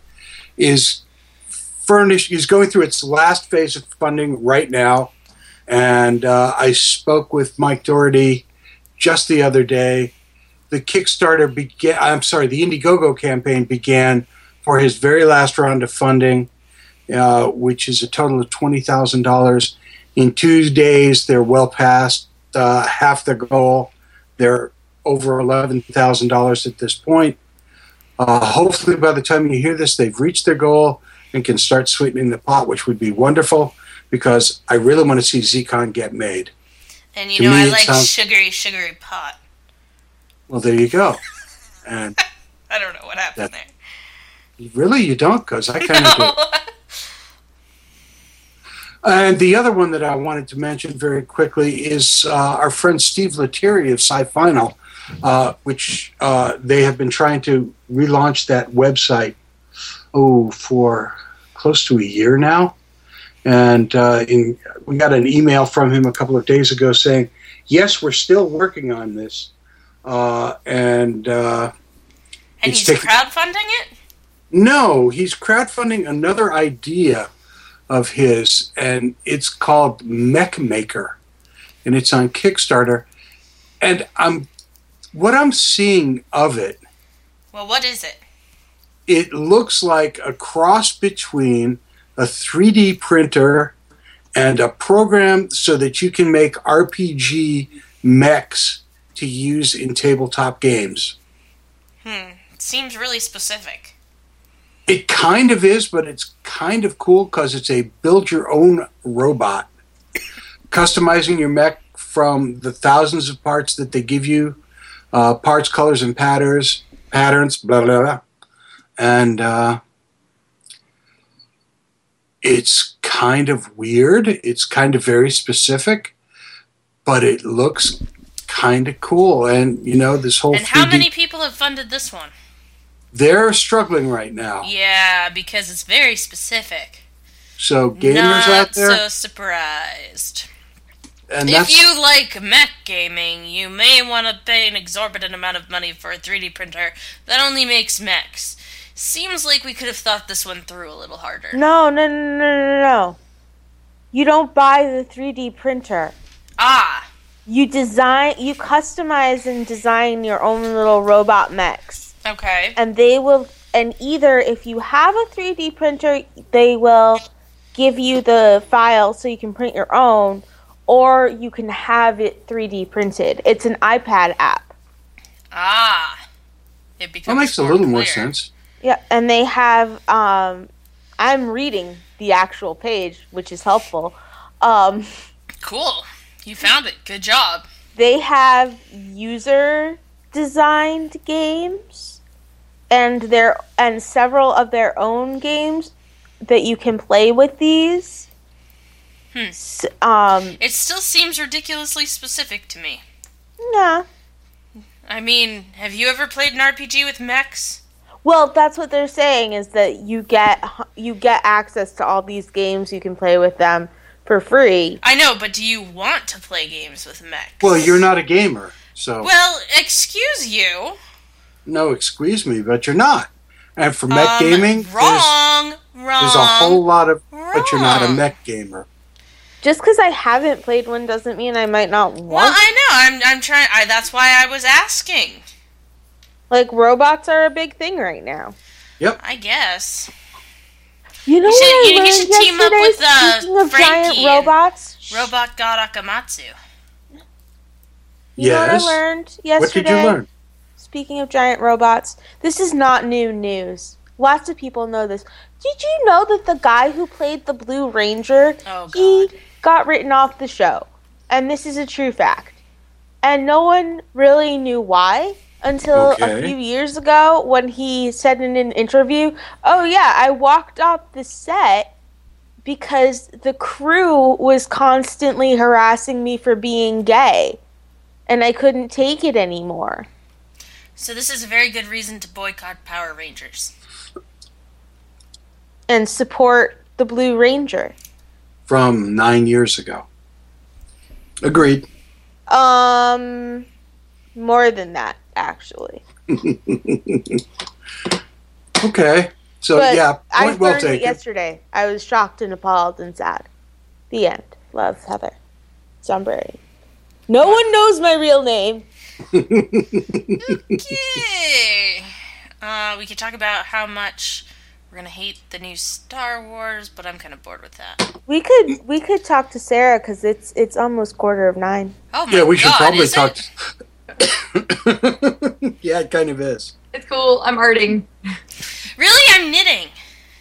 Speaker 8: is furnished is going through its last phase of funding right now. And uh, I spoke with Mike Doherty just the other day. The Kickstarter began. I'm sorry, the Indiegogo campaign began for his very last round of funding, uh, which is a total of twenty thousand dollars. In two days, they're well past uh, half the goal. They're over eleven thousand dollars at this point. Uh, hopefully, by the time you hear this, they've reached their goal and can start sweetening the pot, which would be wonderful because I really want to see Zcon get made.
Speaker 4: And you
Speaker 8: To
Speaker 4: know,
Speaker 8: me,
Speaker 4: I
Speaker 8: it
Speaker 4: like
Speaker 8: sounds-
Speaker 4: sugary, sugary pot.
Speaker 8: Well, there you go. And
Speaker 4: I don't know what happened
Speaker 8: That-
Speaker 4: there.
Speaker 8: really, you don't, because I kind of do. And the other one that I wanted to mention very quickly is uh, our friend Steve Lettieri of SciFinal, uh, which uh, they have been trying to relaunch that website oh for close to a year now, and uh, in, we got an email from him a couple of days ago saying, "Yes, we're still working on this, uh, and uh,
Speaker 4: <laughs> And
Speaker 8: it's
Speaker 4: he's
Speaker 8: taking-
Speaker 4: crowdfunding it?
Speaker 8: no, he's crowdfunding another idea of his, and it's called Mech Maker, and it's on Kickstarter. And I'm what I'm seeing of it.
Speaker 4: Well, what is it?
Speaker 8: It looks like a cross between a 3D printer and a program so that you can make RPG mechs to use in tabletop games.
Speaker 4: Hmm. Seems really specific.
Speaker 8: It kind of is, but it's kind of cool because it's a build your own robot. Customizing your mech from the thousands of parts that they give you uh, parts, colors, and patterns, patterns, blah, blah, blah. And uh, it's kind of weird. It's kind of very specific, but it looks kind of cool. And, you know, this whole
Speaker 4: And how
Speaker 8: 3D
Speaker 4: many people have funded this one?
Speaker 8: they're struggling right now.
Speaker 4: Yeah, because it's very specific.
Speaker 8: So, gamers
Speaker 4: Not
Speaker 8: out there.
Speaker 4: so surprised.
Speaker 8: and
Speaker 4: if
Speaker 8: that's
Speaker 4: you like mech gaming, you may want to pay an exorbitant amount of money for a 3D printer that only makes mechs. Seems like we could have thought this one through a little harder.
Speaker 9: No, no, no, no, no, no. You don't buy the 3D printer.
Speaker 4: Ah.
Speaker 9: You design, you customize and design your own little robot mechs.
Speaker 4: Okay.
Speaker 9: And they will, and either if you have a 3D printer, they will give you the file so you can print your own, or you can have it 3D printed. It's an iPad app.
Speaker 4: Ah. It
Speaker 8: That
Speaker 4: becomes
Speaker 8: makes a
Speaker 4: more
Speaker 8: little more
Speaker 4: clear.
Speaker 8: sense.
Speaker 9: Yeah, and they have. Um, I'm reading the actual page, which is helpful. Um,
Speaker 4: Cool. You found it. Good job.
Speaker 9: they have user designed games, and their and several of their own games that you can play with these.
Speaker 4: Hmm.
Speaker 9: S- Um,
Speaker 4: It still seems ridiculously specific to me.
Speaker 9: nah.
Speaker 4: I mean, have you ever played an RPG with mechs?
Speaker 9: Well, that's what they're saying is that you get you get access to all these games. You can play with them for free.
Speaker 4: I know, but do you want to play games with mechs?
Speaker 8: Well, you're not a gamer, so
Speaker 4: Well, excuse you.
Speaker 8: no, excuse me, but you're not. And for
Speaker 4: Um,
Speaker 8: mech gaming, there's,
Speaker 4: Wrong. Wrong.
Speaker 8: there's a whole lot of, but you're not a mech gamer.
Speaker 9: Just because I haven't played one doesn't mean I might not want.
Speaker 4: Well, I know. I'm. I'm trying. I, that's why I was asking.
Speaker 9: Like robots are a big thing right now.
Speaker 4: I guess.
Speaker 9: You know
Speaker 4: You should-
Speaker 9: what I
Speaker 4: you- you
Speaker 9: learned
Speaker 4: should team up
Speaker 9: yesterday,
Speaker 4: with, uh,
Speaker 9: Speaking of
Speaker 4: Frankie
Speaker 9: giant
Speaker 4: and-
Speaker 9: robots,
Speaker 4: Robot God Akamatsu.
Speaker 9: you know what I
Speaker 8: yes.
Speaker 9: learned
Speaker 8: what
Speaker 9: yesterday?
Speaker 8: did you learn?
Speaker 9: Speaking of giant robots, this is not new news. Lots of people know this. Did you know that the guy who played the Blue Ranger,
Speaker 4: Oh,
Speaker 9: he got written off the show, and this is a true fact. And no one really knew why until a
Speaker 8: Okay.
Speaker 9: few years ago when he said in an interview, "Oh yeah, I walked off the set because the crew was constantly harassing me for being gay, and I couldn't take it anymore."
Speaker 4: So this is a very good reason to boycott Power Rangers.
Speaker 9: and support the Blue Ranger.
Speaker 8: From nine years ago. Agreed.
Speaker 9: Um, more than that, actually.
Speaker 8: okay. So
Speaker 9: but
Speaker 8: yeah, point
Speaker 9: I learned
Speaker 8: well
Speaker 9: it
Speaker 8: taken.
Speaker 9: yesterday. I was shocked and appalled and sad. The end. Love, Heather. Sunbury. No one knows my real name.
Speaker 4: Yay! Uh, we could talk about how much we're gonna hate the new Star Wars, but I'm kind of bored with that.
Speaker 9: We could we could talk to Sarah because it's it's almost quarter of nine.
Speaker 4: Oh my
Speaker 8: <laughs> yeah, we should
Speaker 4: God,
Speaker 8: probably
Speaker 4: is it?
Speaker 8: talk. <coughs> yeah, it kind of is.
Speaker 10: It's cool. I'm arting.
Speaker 4: Really, I'm knitting.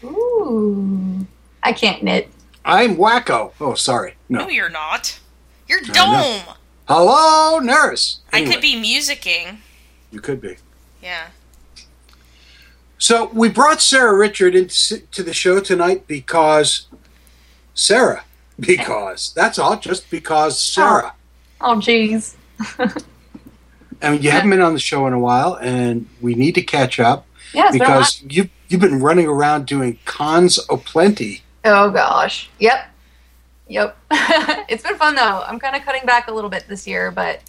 Speaker 10: Ooh. I can't knit.
Speaker 8: I'm wacko. Oh, sorry.
Speaker 4: No,
Speaker 8: No.
Speaker 4: you're not. You're
Speaker 8: know.
Speaker 4: dome.
Speaker 8: Hello, nurse.
Speaker 4: I
Speaker 8: Anyway,
Speaker 4: could be musicking.
Speaker 8: You could be.
Speaker 4: Yeah.
Speaker 8: So we brought Sarah Richard into to the show tonight because Sarah, because that's all, just because Sarah.
Speaker 10: Oh, jeez.
Speaker 8: I mean, you haven't been on the show in a while, and we need to catch up
Speaker 10: Yeah, it's been a
Speaker 8: because you You've been running around doing cons aplenty.
Speaker 10: Oh gosh. Yep. Yep. it's been fun though. I'm kind of cutting back a little bit this year, but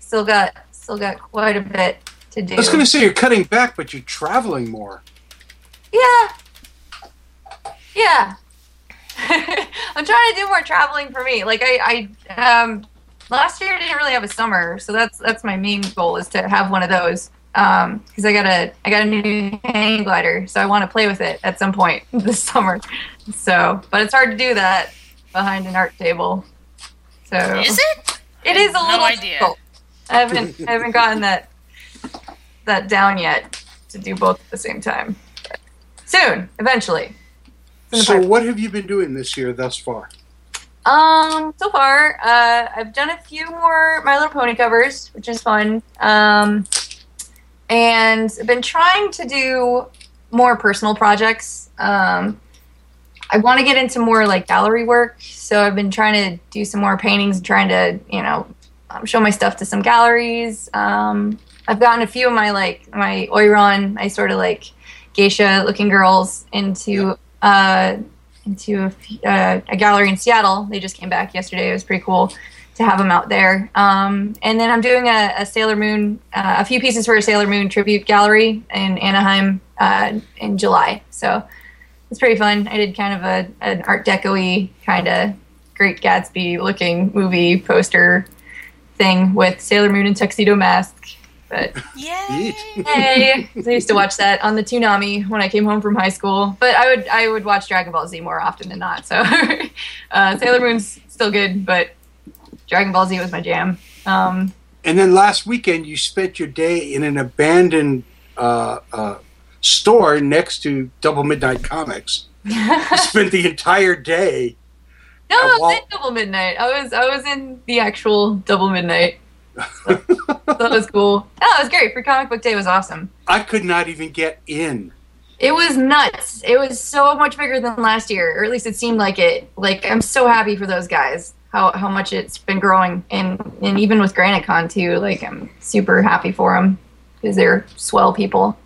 Speaker 10: still got still got quite a bit to do.
Speaker 8: I was going to say you're cutting back, but you're traveling more.
Speaker 10: Yeah. Yeah. <laughs> I'm trying to do more traveling for me. Like I, I um, last year I didn't really have a summer, so that's that's my main goal is to have one of those. Um, because I got a I got a new hang glider, so I want to play with it at some point <laughs> this summer. So, but it's hard to do that behind an art table. So
Speaker 4: Is it?
Speaker 10: It is a
Speaker 4: No
Speaker 10: little
Speaker 4: idea.
Speaker 10: difficult. I haven't I haven't gotten that that down yet to do both at the same time. But soon, eventually.
Speaker 8: So what have you been doing this year thus far?
Speaker 10: Um, so far, uh, I've done a few more My Little Pony covers, which is fun. Um, and I've been trying to do more personal projects. Um, I want to get into more like gallery work, so I've been trying to do some more paintings and trying to, you know, um, show my stuff to some galleries. Um, I've gotten a few of my like my oiron, my sort of like geisha looking girls into uh, into a, f- uh, a gallery in Seattle. They just came back yesterday. It was pretty cool to have them out there. Um, and then I'm doing a, a Sailor Moon, uh, a few pieces for a Sailor Moon tribute gallery in Anaheim uh, in July. So it's pretty fun. I did kind of a an Art Deco-y kind of Great Gatsby looking movie poster thing with Sailor Moon and tuxedo mask. But
Speaker 8: <laughs>
Speaker 10: Hey, I used to watch that on the Toonami when I came home from high school. But I would I would watch Dragon Ball Z more often than not. So <laughs> uh, Sailor Moon's still good, but Dragon Ball Z was my jam. Um, <laughs>
Speaker 8: And then last weekend, you spent your day in an abandoned uh, uh, store next to Double Midnight Comics. you spent the entire day.
Speaker 10: no, I was
Speaker 8: Well-
Speaker 10: in Double Midnight. I was I was in the actual Double Midnight. So, so that was cool. <laughs> Oh, it was great. Free Comic Book Day was awesome.
Speaker 8: I could not even get in.
Speaker 10: It was nuts. It was so much bigger than last year, or at least it seemed like it. Like I'm so happy for those guys. How how much it's been growing, and and even with GraniteCon too. Like I'm super happy for them because they're swell people.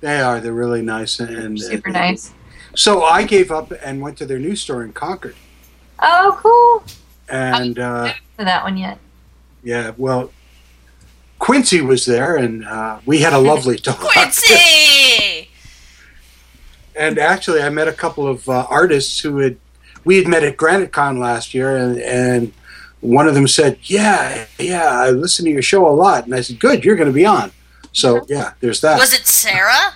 Speaker 8: They are. They're really nice and
Speaker 10: Super nice.
Speaker 8: So I gave up and went to their new store in Concord.
Speaker 10: Oh, cool.
Speaker 8: And uh,
Speaker 10: For that one yet?
Speaker 8: yeah, well, Quincy was there, and uh, we had
Speaker 4: <laughs>
Speaker 8: a lovely talk.
Speaker 4: Quincy!
Speaker 8: <laughs> And actually, I met a couple of uh, artists who had we had met at GraniteCon last year, and, and one of them said, "Yeah, yeah, I listen to your show a lot." And I said, "Good, you're going to be on." So yeah, there's that.
Speaker 4: Uh-huh. Was it Sarah?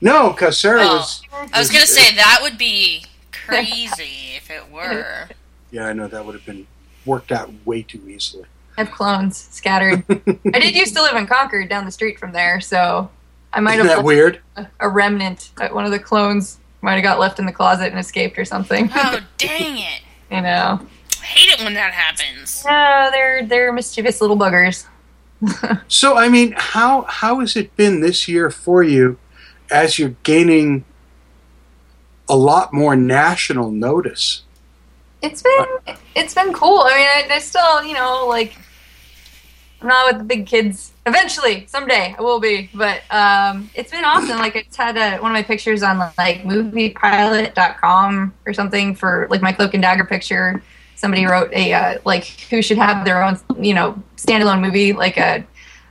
Speaker 8: No, because Sarah
Speaker 4: Oh.
Speaker 8: was.
Speaker 4: I was gonna say that would be crazy if it were.
Speaker 8: Yeah, I know that would have been worked out way too easily.
Speaker 10: I have clones scattered. I did used to live in Concord, down the street from there, so I might have
Speaker 8: Isn't that
Speaker 10: left
Speaker 8: weird?
Speaker 10: a- a remnant. Like, One of the clones might have got left in the closet and escaped or something. <laughs>
Speaker 4: Oh dang it!
Speaker 10: you know.
Speaker 4: I hate it when that happens.
Speaker 10: No, they're they're mischievous little buggers.
Speaker 8: So I mean, how how has it been this year for you, as you're gaining a lot more national notice?
Speaker 10: It's been it's been cool. I mean, I, I still you know like I'm not with the big kids. Eventually, someday I will be. But um, it's been awesome. Like I just had a, one of my pictures on like moviepilot.com or something for like my cloak and dagger picture. Somebody wrote a uh, like who should have their own you know standalone movie like a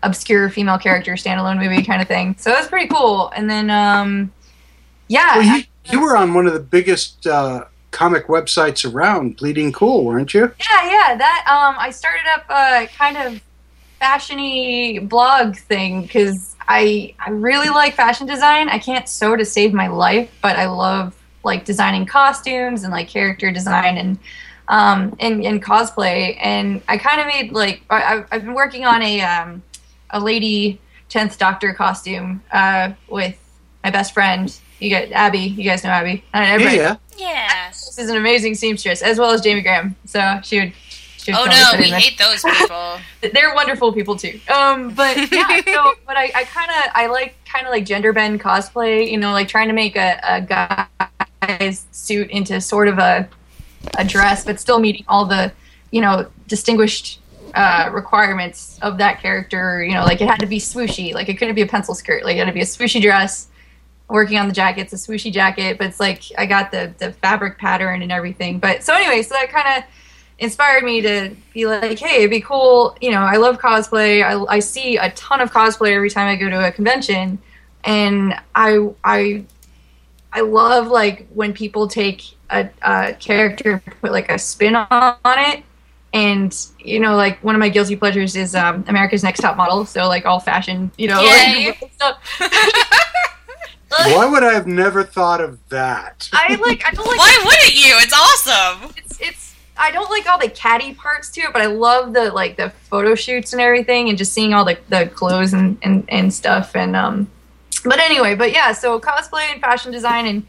Speaker 10: obscure female character standalone movie kind of thing. So that's pretty cool. And then um, yeah,
Speaker 8: Well, you, you were on one of the biggest uh, comic websites around, Bleeding Cool, weren't you?
Speaker 10: Yeah, yeah. That um, I started up a kind of fashiony blog thing because I I really like fashion design. I can't sew to save my life, but I love like designing costumes and like character design and um and, and cosplay. And I kind of made like I, I've- I've been working on a um a lady tenth Doctor costume uh with my best friend. You get Abby. You guys know Abby. I mean, everybody-
Speaker 8: Yeah.
Speaker 4: Yeah.
Speaker 10: this is an amazing seamstress, as well as Jamie Graham. So she would. She would
Speaker 4: Oh
Speaker 10: kill me for
Speaker 4: no, we
Speaker 10: doing that.
Speaker 4: hate those people.
Speaker 10: They're wonderful people too. Um, but yeah, so but I, I kind of I like kind of like gender bend cosplay. You know, like trying to make a, a guy's suit into sort of a a dress, but still meeting all the you know distinguished uh, requirements of that character. You know, like it had to be swooshy, like it couldn't be a pencil skirt, like it had to be a swooshy dress working on the jacket. It's a swooshy jacket, but it's like I got the the fabric pattern and everything. But so anyway, so that kind of inspired me to be like, hey, it'd be cool. You know, I love cosplay. I, I see a ton of cosplay every time I go to a convention, and I I I love like when people take a, a character put like a spin on it. And you know, like one of my guilty pleasures is um, America's Next Top Model. So like all fashion, you know,
Speaker 4: Yay.
Speaker 10: like, <laughs> stuff.
Speaker 8: Why would I have never thought of that?
Speaker 10: I like. I don't like.
Speaker 4: Why wouldn't you? It's awesome.
Speaker 10: It's it's. I don't like all the catty parts to it, but I love the like the photo shoots and everything, and just seeing all the the clothes and and and stuff. And um, but anyway, but yeah. So cosplay and fashion design, and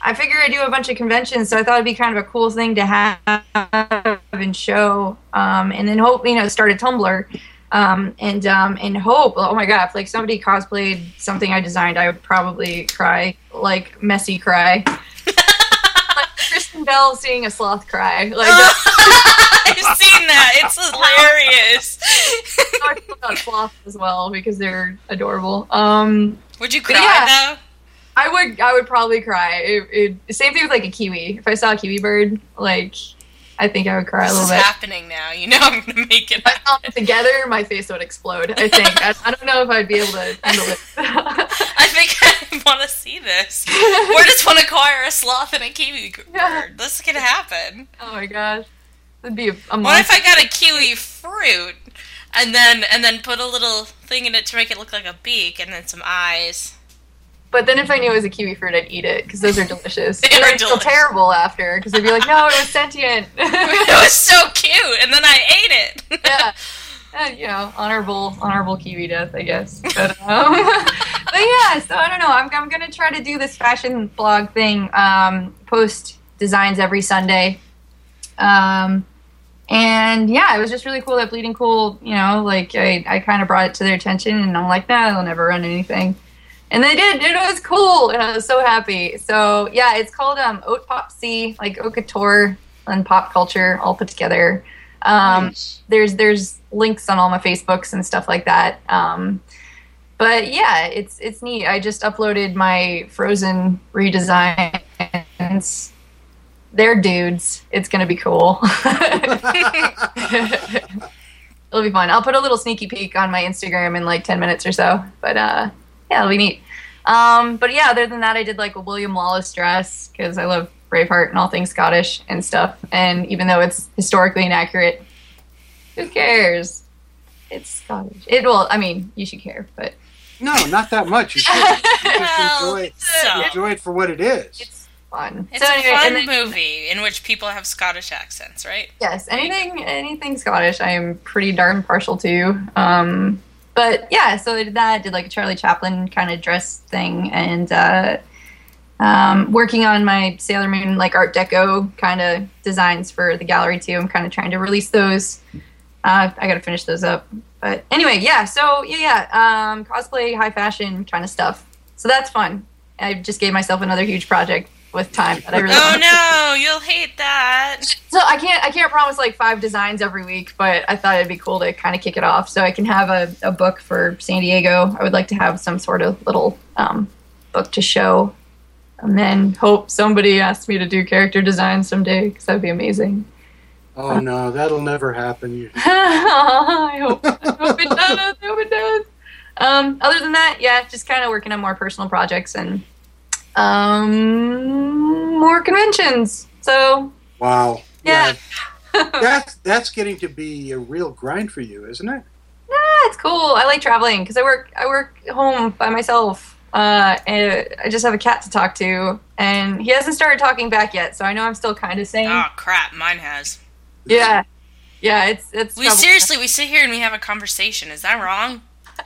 Speaker 10: I figure I do a bunch of conventions, so I thought it'd be kind of a cool thing to have and show. Um, and then hope you know start a Tumblr. Um, and um, and hope. Oh my god! If like somebody cosplayed something I designed, I would probably cry, like messy cry. Kristen Bell seeing a sloth cry.
Speaker 4: <laughs>
Speaker 10: Like that's
Speaker 4: I've seen that. It's hilarious.
Speaker 10: how I feel about sloths as well because they're adorable. Um,
Speaker 4: Would you
Speaker 10: But
Speaker 4: cry
Speaker 10: yeah. I would I would probably cry. It, it, same thing with like a kiwi. If I saw a kiwi bird, like I think I would
Speaker 4: though?
Speaker 10: cry a
Speaker 4: This is <laughs>
Speaker 10: little bit.
Speaker 4: happening now. You know I'm gonna make it.
Speaker 10: If I saw them <laughs> together, my face would explode. I think I, I don't know if I'd be able to handle it. <laughs>
Speaker 4: I think I want to see this. Or just want to acquire a sloth and a kiwi bird.
Speaker 10: Yeah.
Speaker 4: This could happen.
Speaker 10: oh my gosh, that'd be a, a
Speaker 4: What
Speaker 10: monster.
Speaker 4: if I got a kiwi fruit and then and then put a little thing in it to make it look like a beak and then some eyes? <laughs>
Speaker 10: But then if I knew it was a kiwi fruit, I'd eat it because those are delicious.
Speaker 4: <laughs> They
Speaker 10: and
Speaker 4: are
Speaker 10: I'd feel
Speaker 4: delicious.
Speaker 10: terrible after because I'd be like, no, it
Speaker 4: <laughs>
Speaker 10: was sentient. <laughs>
Speaker 4: It was so cute, and then I ate it. <laughs>
Speaker 10: yeah. Uh, you know, honorable, honorable kiwi death, I guess. But, um, <laughs> but yeah, so I don't know. I'm, I'm gonna try to do this fashion blog thing. Um, post designs every Sunday. Um, and yeah, it was just really cool that Bleeding Cool, you know, like I, I kind of brought it to their attention, and I'm like, nah, they'll never run anything. And they did. and It was cool, and I was so happy. So yeah, it's called um, Oat Pop C, like haute couture and pop culture all put together. Um, There's there's links on all my Facebooks and stuff like that. Um, but yeah, it's it's neat. I just uploaded my Frozen redesigns. They're dudes. It's gonna be cool. It'll be fun. I'll put a little sneaky peek on my Instagram in like ten minutes or so. But uh, yeah, it'll be neat. Um, but yeah, other than that, I did like a William Lawless dress because I love Braveheart and all things Scottish and stuff. And even though it's historically inaccurate, who cares? It's Scottish. It well, I mean, you should care, but
Speaker 8: No, not that much. You
Speaker 10: <laughs>
Speaker 8: should just
Speaker 4: Well,
Speaker 8: enjoy,
Speaker 4: so
Speaker 8: enjoy it for what it is.
Speaker 10: it's fun.
Speaker 4: it's
Speaker 10: so
Speaker 4: a
Speaker 10: anyway,
Speaker 4: fun
Speaker 10: and then-
Speaker 4: movie in which people have Scottish accents, right?
Speaker 10: yes, anything anything Scottish, I am pretty darn partial to. Um, but yeah, so I did that. Did like a Charlie Chaplin kind of dress thing, and uh, um, working on my Sailor Moon like Art Deco kind of designs for the gallery too. I'm kind of trying to release those. Uh, I got to finish those up. But anyway, yeah. So yeah, yeah. Um, cosplay, high fashion kind of stuff. So that's fun. I just gave myself another huge project with time that I really.
Speaker 4: Oh no, you'll hate that.
Speaker 10: So I can't I can't promise like five designs every week, but I thought it'd be cool to kind of kick it off. So I can have a, a book for San Diego. I would like to have some sort of little um, book to show, and then hope somebody asks me to do character design someday because that'd be amazing. <laughs>
Speaker 8: Oh no, that'll never happen. You-
Speaker 10: I hope I hope it does. I hope it does. Um, other than that, yeah, just kind of working on more personal projects and um, more conventions. So
Speaker 8: Wow.
Speaker 10: yeah. <laughs>
Speaker 8: That's that's getting to be a real grind for you, isn't it?
Speaker 10: Yeah, it's cool. I like traveling because I work I work home by myself. Uh, and I just have a cat to talk to, and he hasn't started talking back yet, so I know I'm still kind of sane.
Speaker 4: Oh crap, mine has.
Speaker 10: Yeah, yeah, it's it's.
Speaker 4: We
Speaker 10: trouble.
Speaker 4: seriously, we sit here and we have a conversation. Is that wrong?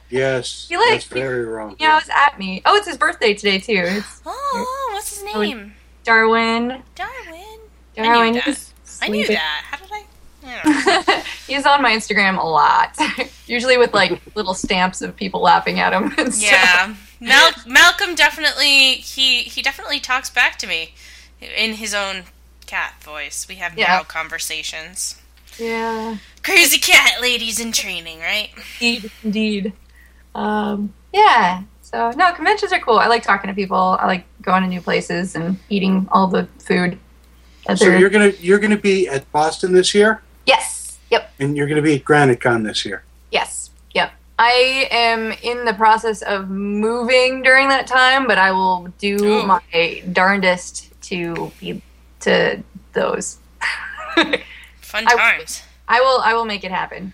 Speaker 8: Yes.
Speaker 10: You like-
Speaker 8: that's very wrong.
Speaker 10: Yeah, it's at me. Oh, it's his birthday today too. It's
Speaker 4: Oh, what's his
Speaker 10: would-
Speaker 4: name?
Speaker 10: Darwin. <laughs>
Speaker 4: Darwin.
Speaker 10: Darwin.
Speaker 4: that.
Speaker 10: he's
Speaker 4: I knew
Speaker 10: sleeping.
Speaker 4: that. How did I? I
Speaker 8: <laughs>
Speaker 4: don't know.
Speaker 10: he's on my Instagram a lot, <laughs> usually with like little stamps of people laughing at him. and stuff.
Speaker 4: Yeah, Mal- Malcolm definitely he he definitely talks back to me in his own cat voice. We have
Speaker 10: Yeah.
Speaker 4: now conversations.
Speaker 10: yeah.
Speaker 4: Crazy cat ladies in training, right?
Speaker 10: indeed, indeed. Um, yeah. So no, conventions are cool. I like talking to people. I like going to new places and eating all the food. that
Speaker 8: So
Speaker 10: they're-
Speaker 8: you're gonna you're gonna be at Boston this year,
Speaker 10: yes, yep,
Speaker 8: and you're gonna be at GraniteCon this year.
Speaker 10: yes, yep. I am in the process of moving during that time, but I will do my darndest to be to those. <laughs>
Speaker 4: Fun
Speaker 10: times. I, will. I will make it happen.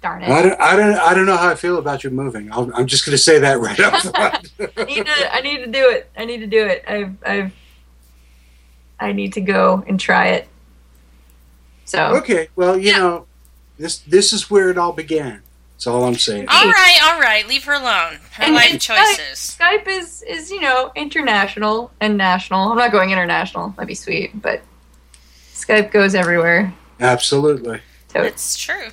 Speaker 10: Darn it.
Speaker 8: I don't I don't I don't know how I feel about you moving. I'll, I'm just gonna say that right
Speaker 10: <laughs>
Speaker 8: up.
Speaker 10: I need to. I need to do it. I need to do it. I've. I've. I need to go and try it. So
Speaker 8: okay, well you know, this this is where it all began. That's all I'm saying.
Speaker 4: All right, all right. Leave her alone. Her life choices.
Speaker 10: Skype, Skype is is you know international and national. I'm not going international. That'd be sweet, but Skype goes everywhere.
Speaker 8: Absolutely.
Speaker 10: So
Speaker 4: it's true.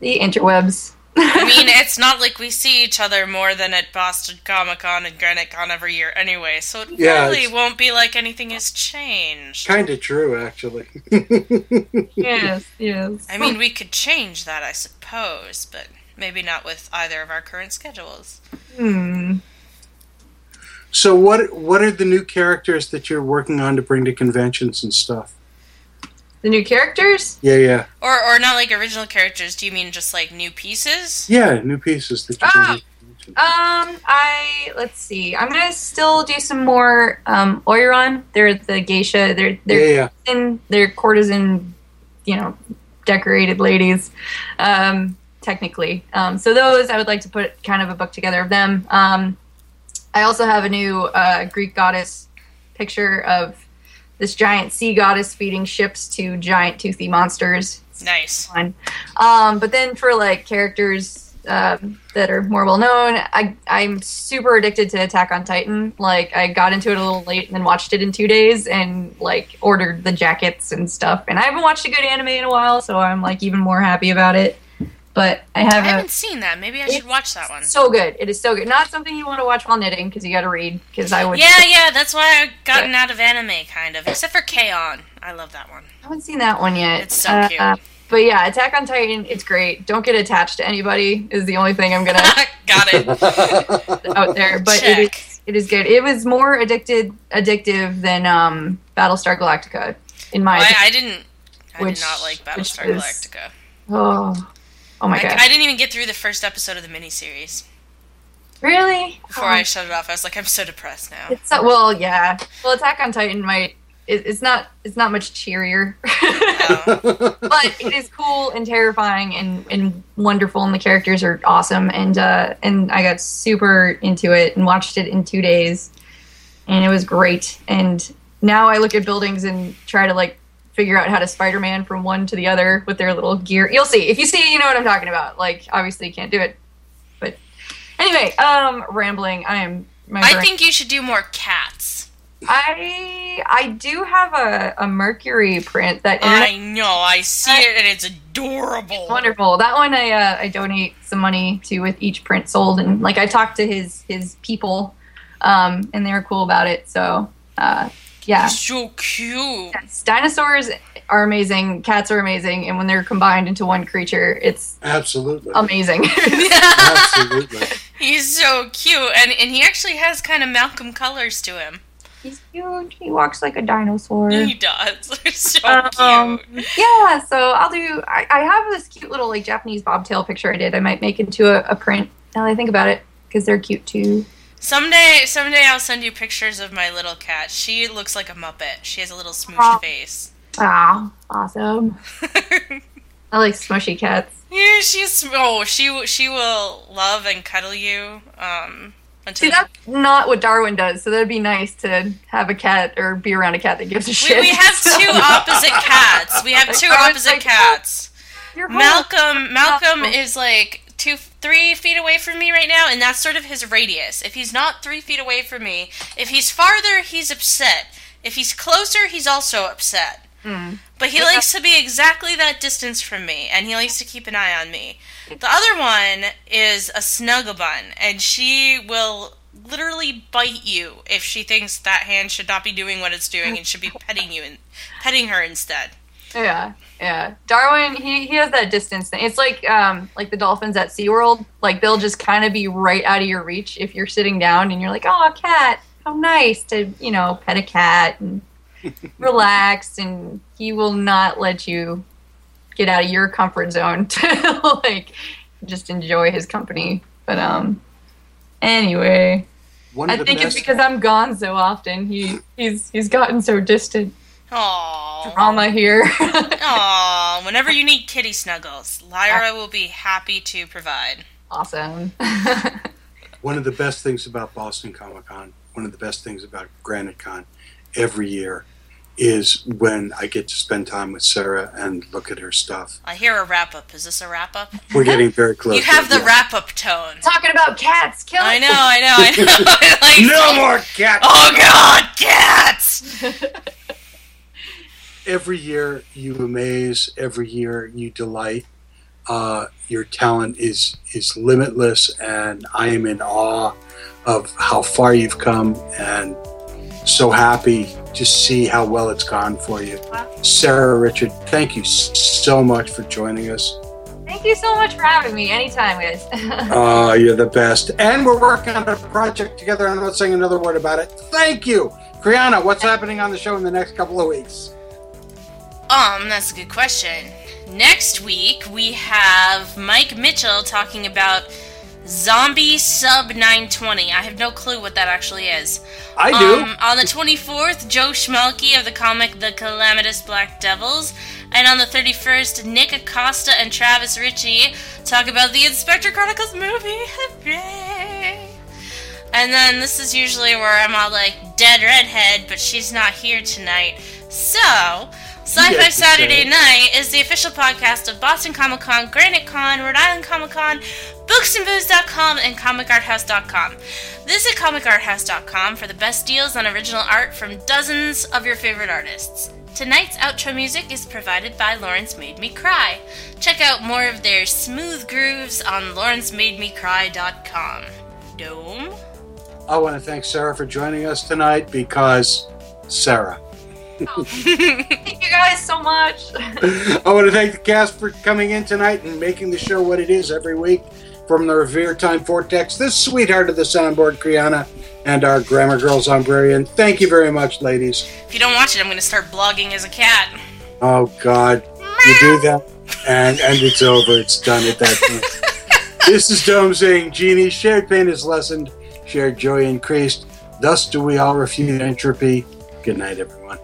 Speaker 10: The interwebs.
Speaker 4: I mean, it's not like we see each other more than at Boston Comic Con and Granite Con every year anyway, so it
Speaker 8: Yeah,
Speaker 4: really
Speaker 8: it's-
Speaker 4: won't be like anything has changed.
Speaker 8: Kind of true, actually.
Speaker 10: <laughs>
Speaker 8: <laughs>
Speaker 10: yes, yes.
Speaker 4: I mean, we could change that, I suppose, but maybe not with either of our current schedules.
Speaker 10: Hmm.
Speaker 8: So what what are the new characters that you're working on to bring to conventions and stuff?
Speaker 10: The new characters?
Speaker 8: Yeah, yeah,
Speaker 4: Or, or not like original characters. Do you mean just like new pieces?
Speaker 8: yeah. New pieces that you're
Speaker 10: Ah,
Speaker 8: bringing.
Speaker 10: um, I let's see. I'm gonna still do some more um, Oiron. They're the geisha. They're they're
Speaker 8: Yeah, yeah.
Speaker 10: courtesan- they're courtesan, you know, decorated ladies, um, technically. Um, so those I would like to put kind of a book together of them. Um, I also have a new uh, Greek goddess picture of this giant sea goddess feeding ships to giant toothy monsters.
Speaker 4: Nice.
Speaker 10: Fun. Um, but then for like characters um, that are more well known, I I'm super addicted to Attack on Titan. Like I got into it a little late and then watched it in two days and like ordered the jackets and stuff. And I haven't watched a good anime in a while, so I'm like even more happy about it. But I have
Speaker 4: I
Speaker 10: a-
Speaker 4: haven't seen that. Maybe I should watch that one.
Speaker 10: so good. It is so good. Not something you want to watch while knitting because you got to read. Because I would.
Speaker 4: Yeah, yeah, that's why I've gotten out of anime, kind of. Except for K-On! I love that
Speaker 10: <laughs>
Speaker 4: one.
Speaker 10: I haven't seen that one yet. Uh,
Speaker 4: It's so cute.
Speaker 10: but yeah, Attack on Titan. It's great. Don't get attached to anybody. Is the only thing I'm gonna
Speaker 4: <laughs> got
Speaker 10: it out there. But it is, it is good. It was more addicted addictive than um, Battlestar Galactica in my.
Speaker 4: I,
Speaker 10: opinion.
Speaker 4: I didn't. I
Speaker 10: Which-
Speaker 4: did not like
Speaker 10: which
Speaker 4: Battlestar
Speaker 10: is-
Speaker 4: Galactica.
Speaker 10: oh, oh my
Speaker 4: I,
Speaker 10: god!
Speaker 4: I didn't even get through the first episode of the miniseries
Speaker 10: really? Oh.
Speaker 4: before I shut it off. I was like, I'm so depressed <laughs> now.
Speaker 10: Uh-huh. It's so, well, yeah. Well, Attack on Titan might. It, it's not. It's not much cheerier, <laughs>
Speaker 4: Oh.
Speaker 10: but it is cool and terrifying and, and wonderful, and the characters are awesome. And uh, and I got super into it and watched it in two days, and it was great. And now I look at buildings and try to like figure out how to Spider-Man from one to the other with their little gear. You'll see if you see, you know what I'm talking about. Like obviously you can't do it, but anyway, um, rambling. I am. My
Speaker 4: I
Speaker 10: brain-
Speaker 4: think you should do more cats.
Speaker 10: I I do have a, a Mercury print that
Speaker 4: I know. I see it, and it's adorable.
Speaker 10: wonderful. That one I uh, I donate some money to with each print sold, and like I talked to his his people, um, and they were cool about it. So uh, yeah,
Speaker 4: so cute.
Speaker 10: Yes. Dinosaurs are amazing. Cats are amazing, and when they're combined into one creature, it's
Speaker 8: Absolutely.
Speaker 10: <laughs> amazing.
Speaker 8: Absolutely.
Speaker 4: He's so cute, and and he actually has kind of Malcolm colors to him.
Speaker 10: He's cute. He walks like a dinosaur.
Speaker 4: He does. <laughs> They're so
Speaker 10: Mm. Um,
Speaker 4: cute.
Speaker 10: yeah, so I'll do. I, I have this cute little like Japanese bobtail picture I did. I might make into a, a print. Now that I think about it, because they're cute too.
Speaker 4: Someday, someday I'll send you pictures of my little cat. She looks like a muppet. She has a little smoosh
Speaker 10: Aw.
Speaker 4: face. <laughs>
Speaker 10: Ah, awesome. I like smushy cats.
Speaker 4: Yeah, she's oh, she she will love and cuddle you. Um, until
Speaker 10: See, that's not what Darwin does. So that'd be nice to have a cat or be around a cat that gives a shit.
Speaker 4: we, we
Speaker 10: <laughs>
Speaker 4: have two opposite cats. We have two opposite cats. Malcolm Malcolm is like two three feet away from me right now, and that's sort of his radius. If he's not three feet away from me, if he's farther, he's upset. If he's closer, he's also upset. Hmm. But he likes to be exactly that distance from me, and he likes to keep an eye on me. The other one is a snuggle bun, and she will literally bite you if she thinks that hand should not be doing what it's doing and should be petting you and petting her instead.
Speaker 10: Yeah, yeah. Darwin, he, he has that distance thing. It's like um like the dolphins at SeaWorld. Like they'll just kind of be right out of your reach if you're sitting down and you're like, oh, a cat, how nice to you know pet a cat and relax, and he will not let you get out of your comfort zone <laughs> to like just enjoy his company. But um, anyway.
Speaker 8: One
Speaker 10: I
Speaker 8: of the
Speaker 10: think it's
Speaker 8: best-
Speaker 10: because I'm gone so often. He he's he's gotten so distant.
Speaker 4: Aww.
Speaker 10: Drama here. <laughs>
Speaker 4: Aww. Whenever you need kitty snuggles, Lyra will be happy to provide.
Speaker 10: Awesome. <laughs>
Speaker 8: One of the best things about Boston Comic Con, one of the best things about Granite Con every year is when I get to spend time with Sarah and look at her stuff.
Speaker 4: I hear a wrap up. Is this a wrap up?
Speaker 8: We're
Speaker 10: Uh-huh.
Speaker 8: getting very close.
Speaker 4: You have the
Speaker 8: Yeah.
Speaker 4: wrap up tone.
Speaker 10: Talking about cats, kill
Speaker 4: I know, I know,
Speaker 8: <laughs>
Speaker 4: I know. <laughs> Like,
Speaker 8: no more cats.
Speaker 4: Oh god, cats!
Speaker 8: Every year you amaze. Every year you delight. Uh, your talent is is limitless, and I am in awe of how far you've come, and so happy to see how well it's gone for you. Sarah Richard, thank you so much for joining us.
Speaker 10: Thank you so much for having me. Anytime, guys. <laughs>
Speaker 8: Ah, you're the best. And we're working on a project together. I'm not saying another word about it. Thank you. Kriana, what's happening on the show in the next couple of weeks?
Speaker 4: Um, that's a good question. Next week, we have Mike Mitchell talking about Zombie Sub 920. I have no clue what that actually is.
Speaker 8: I do.
Speaker 4: Um, on the 24th, Joe Schmelke of the comic The Calamitous Black Devils. And on the 31st, Nick Acosta and Travis Ritchie talk about the Inspector Chronicles movie. <laughs> Hooray! And then this is usually where I'm all like, dead redhead, but she's not here tonight. So, Sci
Speaker 11: get
Speaker 4: Fi
Speaker 11: to say
Speaker 4: Saturday
Speaker 11: it.
Speaker 4: Night is the official podcast of Boston Comic Con, Granite Con, Rhode Island Comic Con, booksandbooze.com, and comicarthouse.com. Visit comicarthouse.com for the best deals on original art from dozens of your favorite artists. Tonight's outro music is provided by Lawrence Made Me Cry. Check out more of their smooth grooves on lawrencemademecry.com. Dome?
Speaker 8: I want to thank Sarah for joining us tonight because Sarah.
Speaker 10: Thank you guys so much.
Speaker 8: I want to thank the cast for coming in tonight and making the show what it is every week from the Revere Time Vortex, this sweetheart of the soundboard, Kriana, and our Grammar Girls Umbrarian. Thank you very much, ladies.
Speaker 4: If you don't watch it, I'm going to start blogging as a cat.
Speaker 8: Oh God, you do that, and and it's over. It's done at that point. this is Dome saying, "Genie, shared pain is lessened, shared joy increased. Thus do we all refute entropy." Good night, everyone.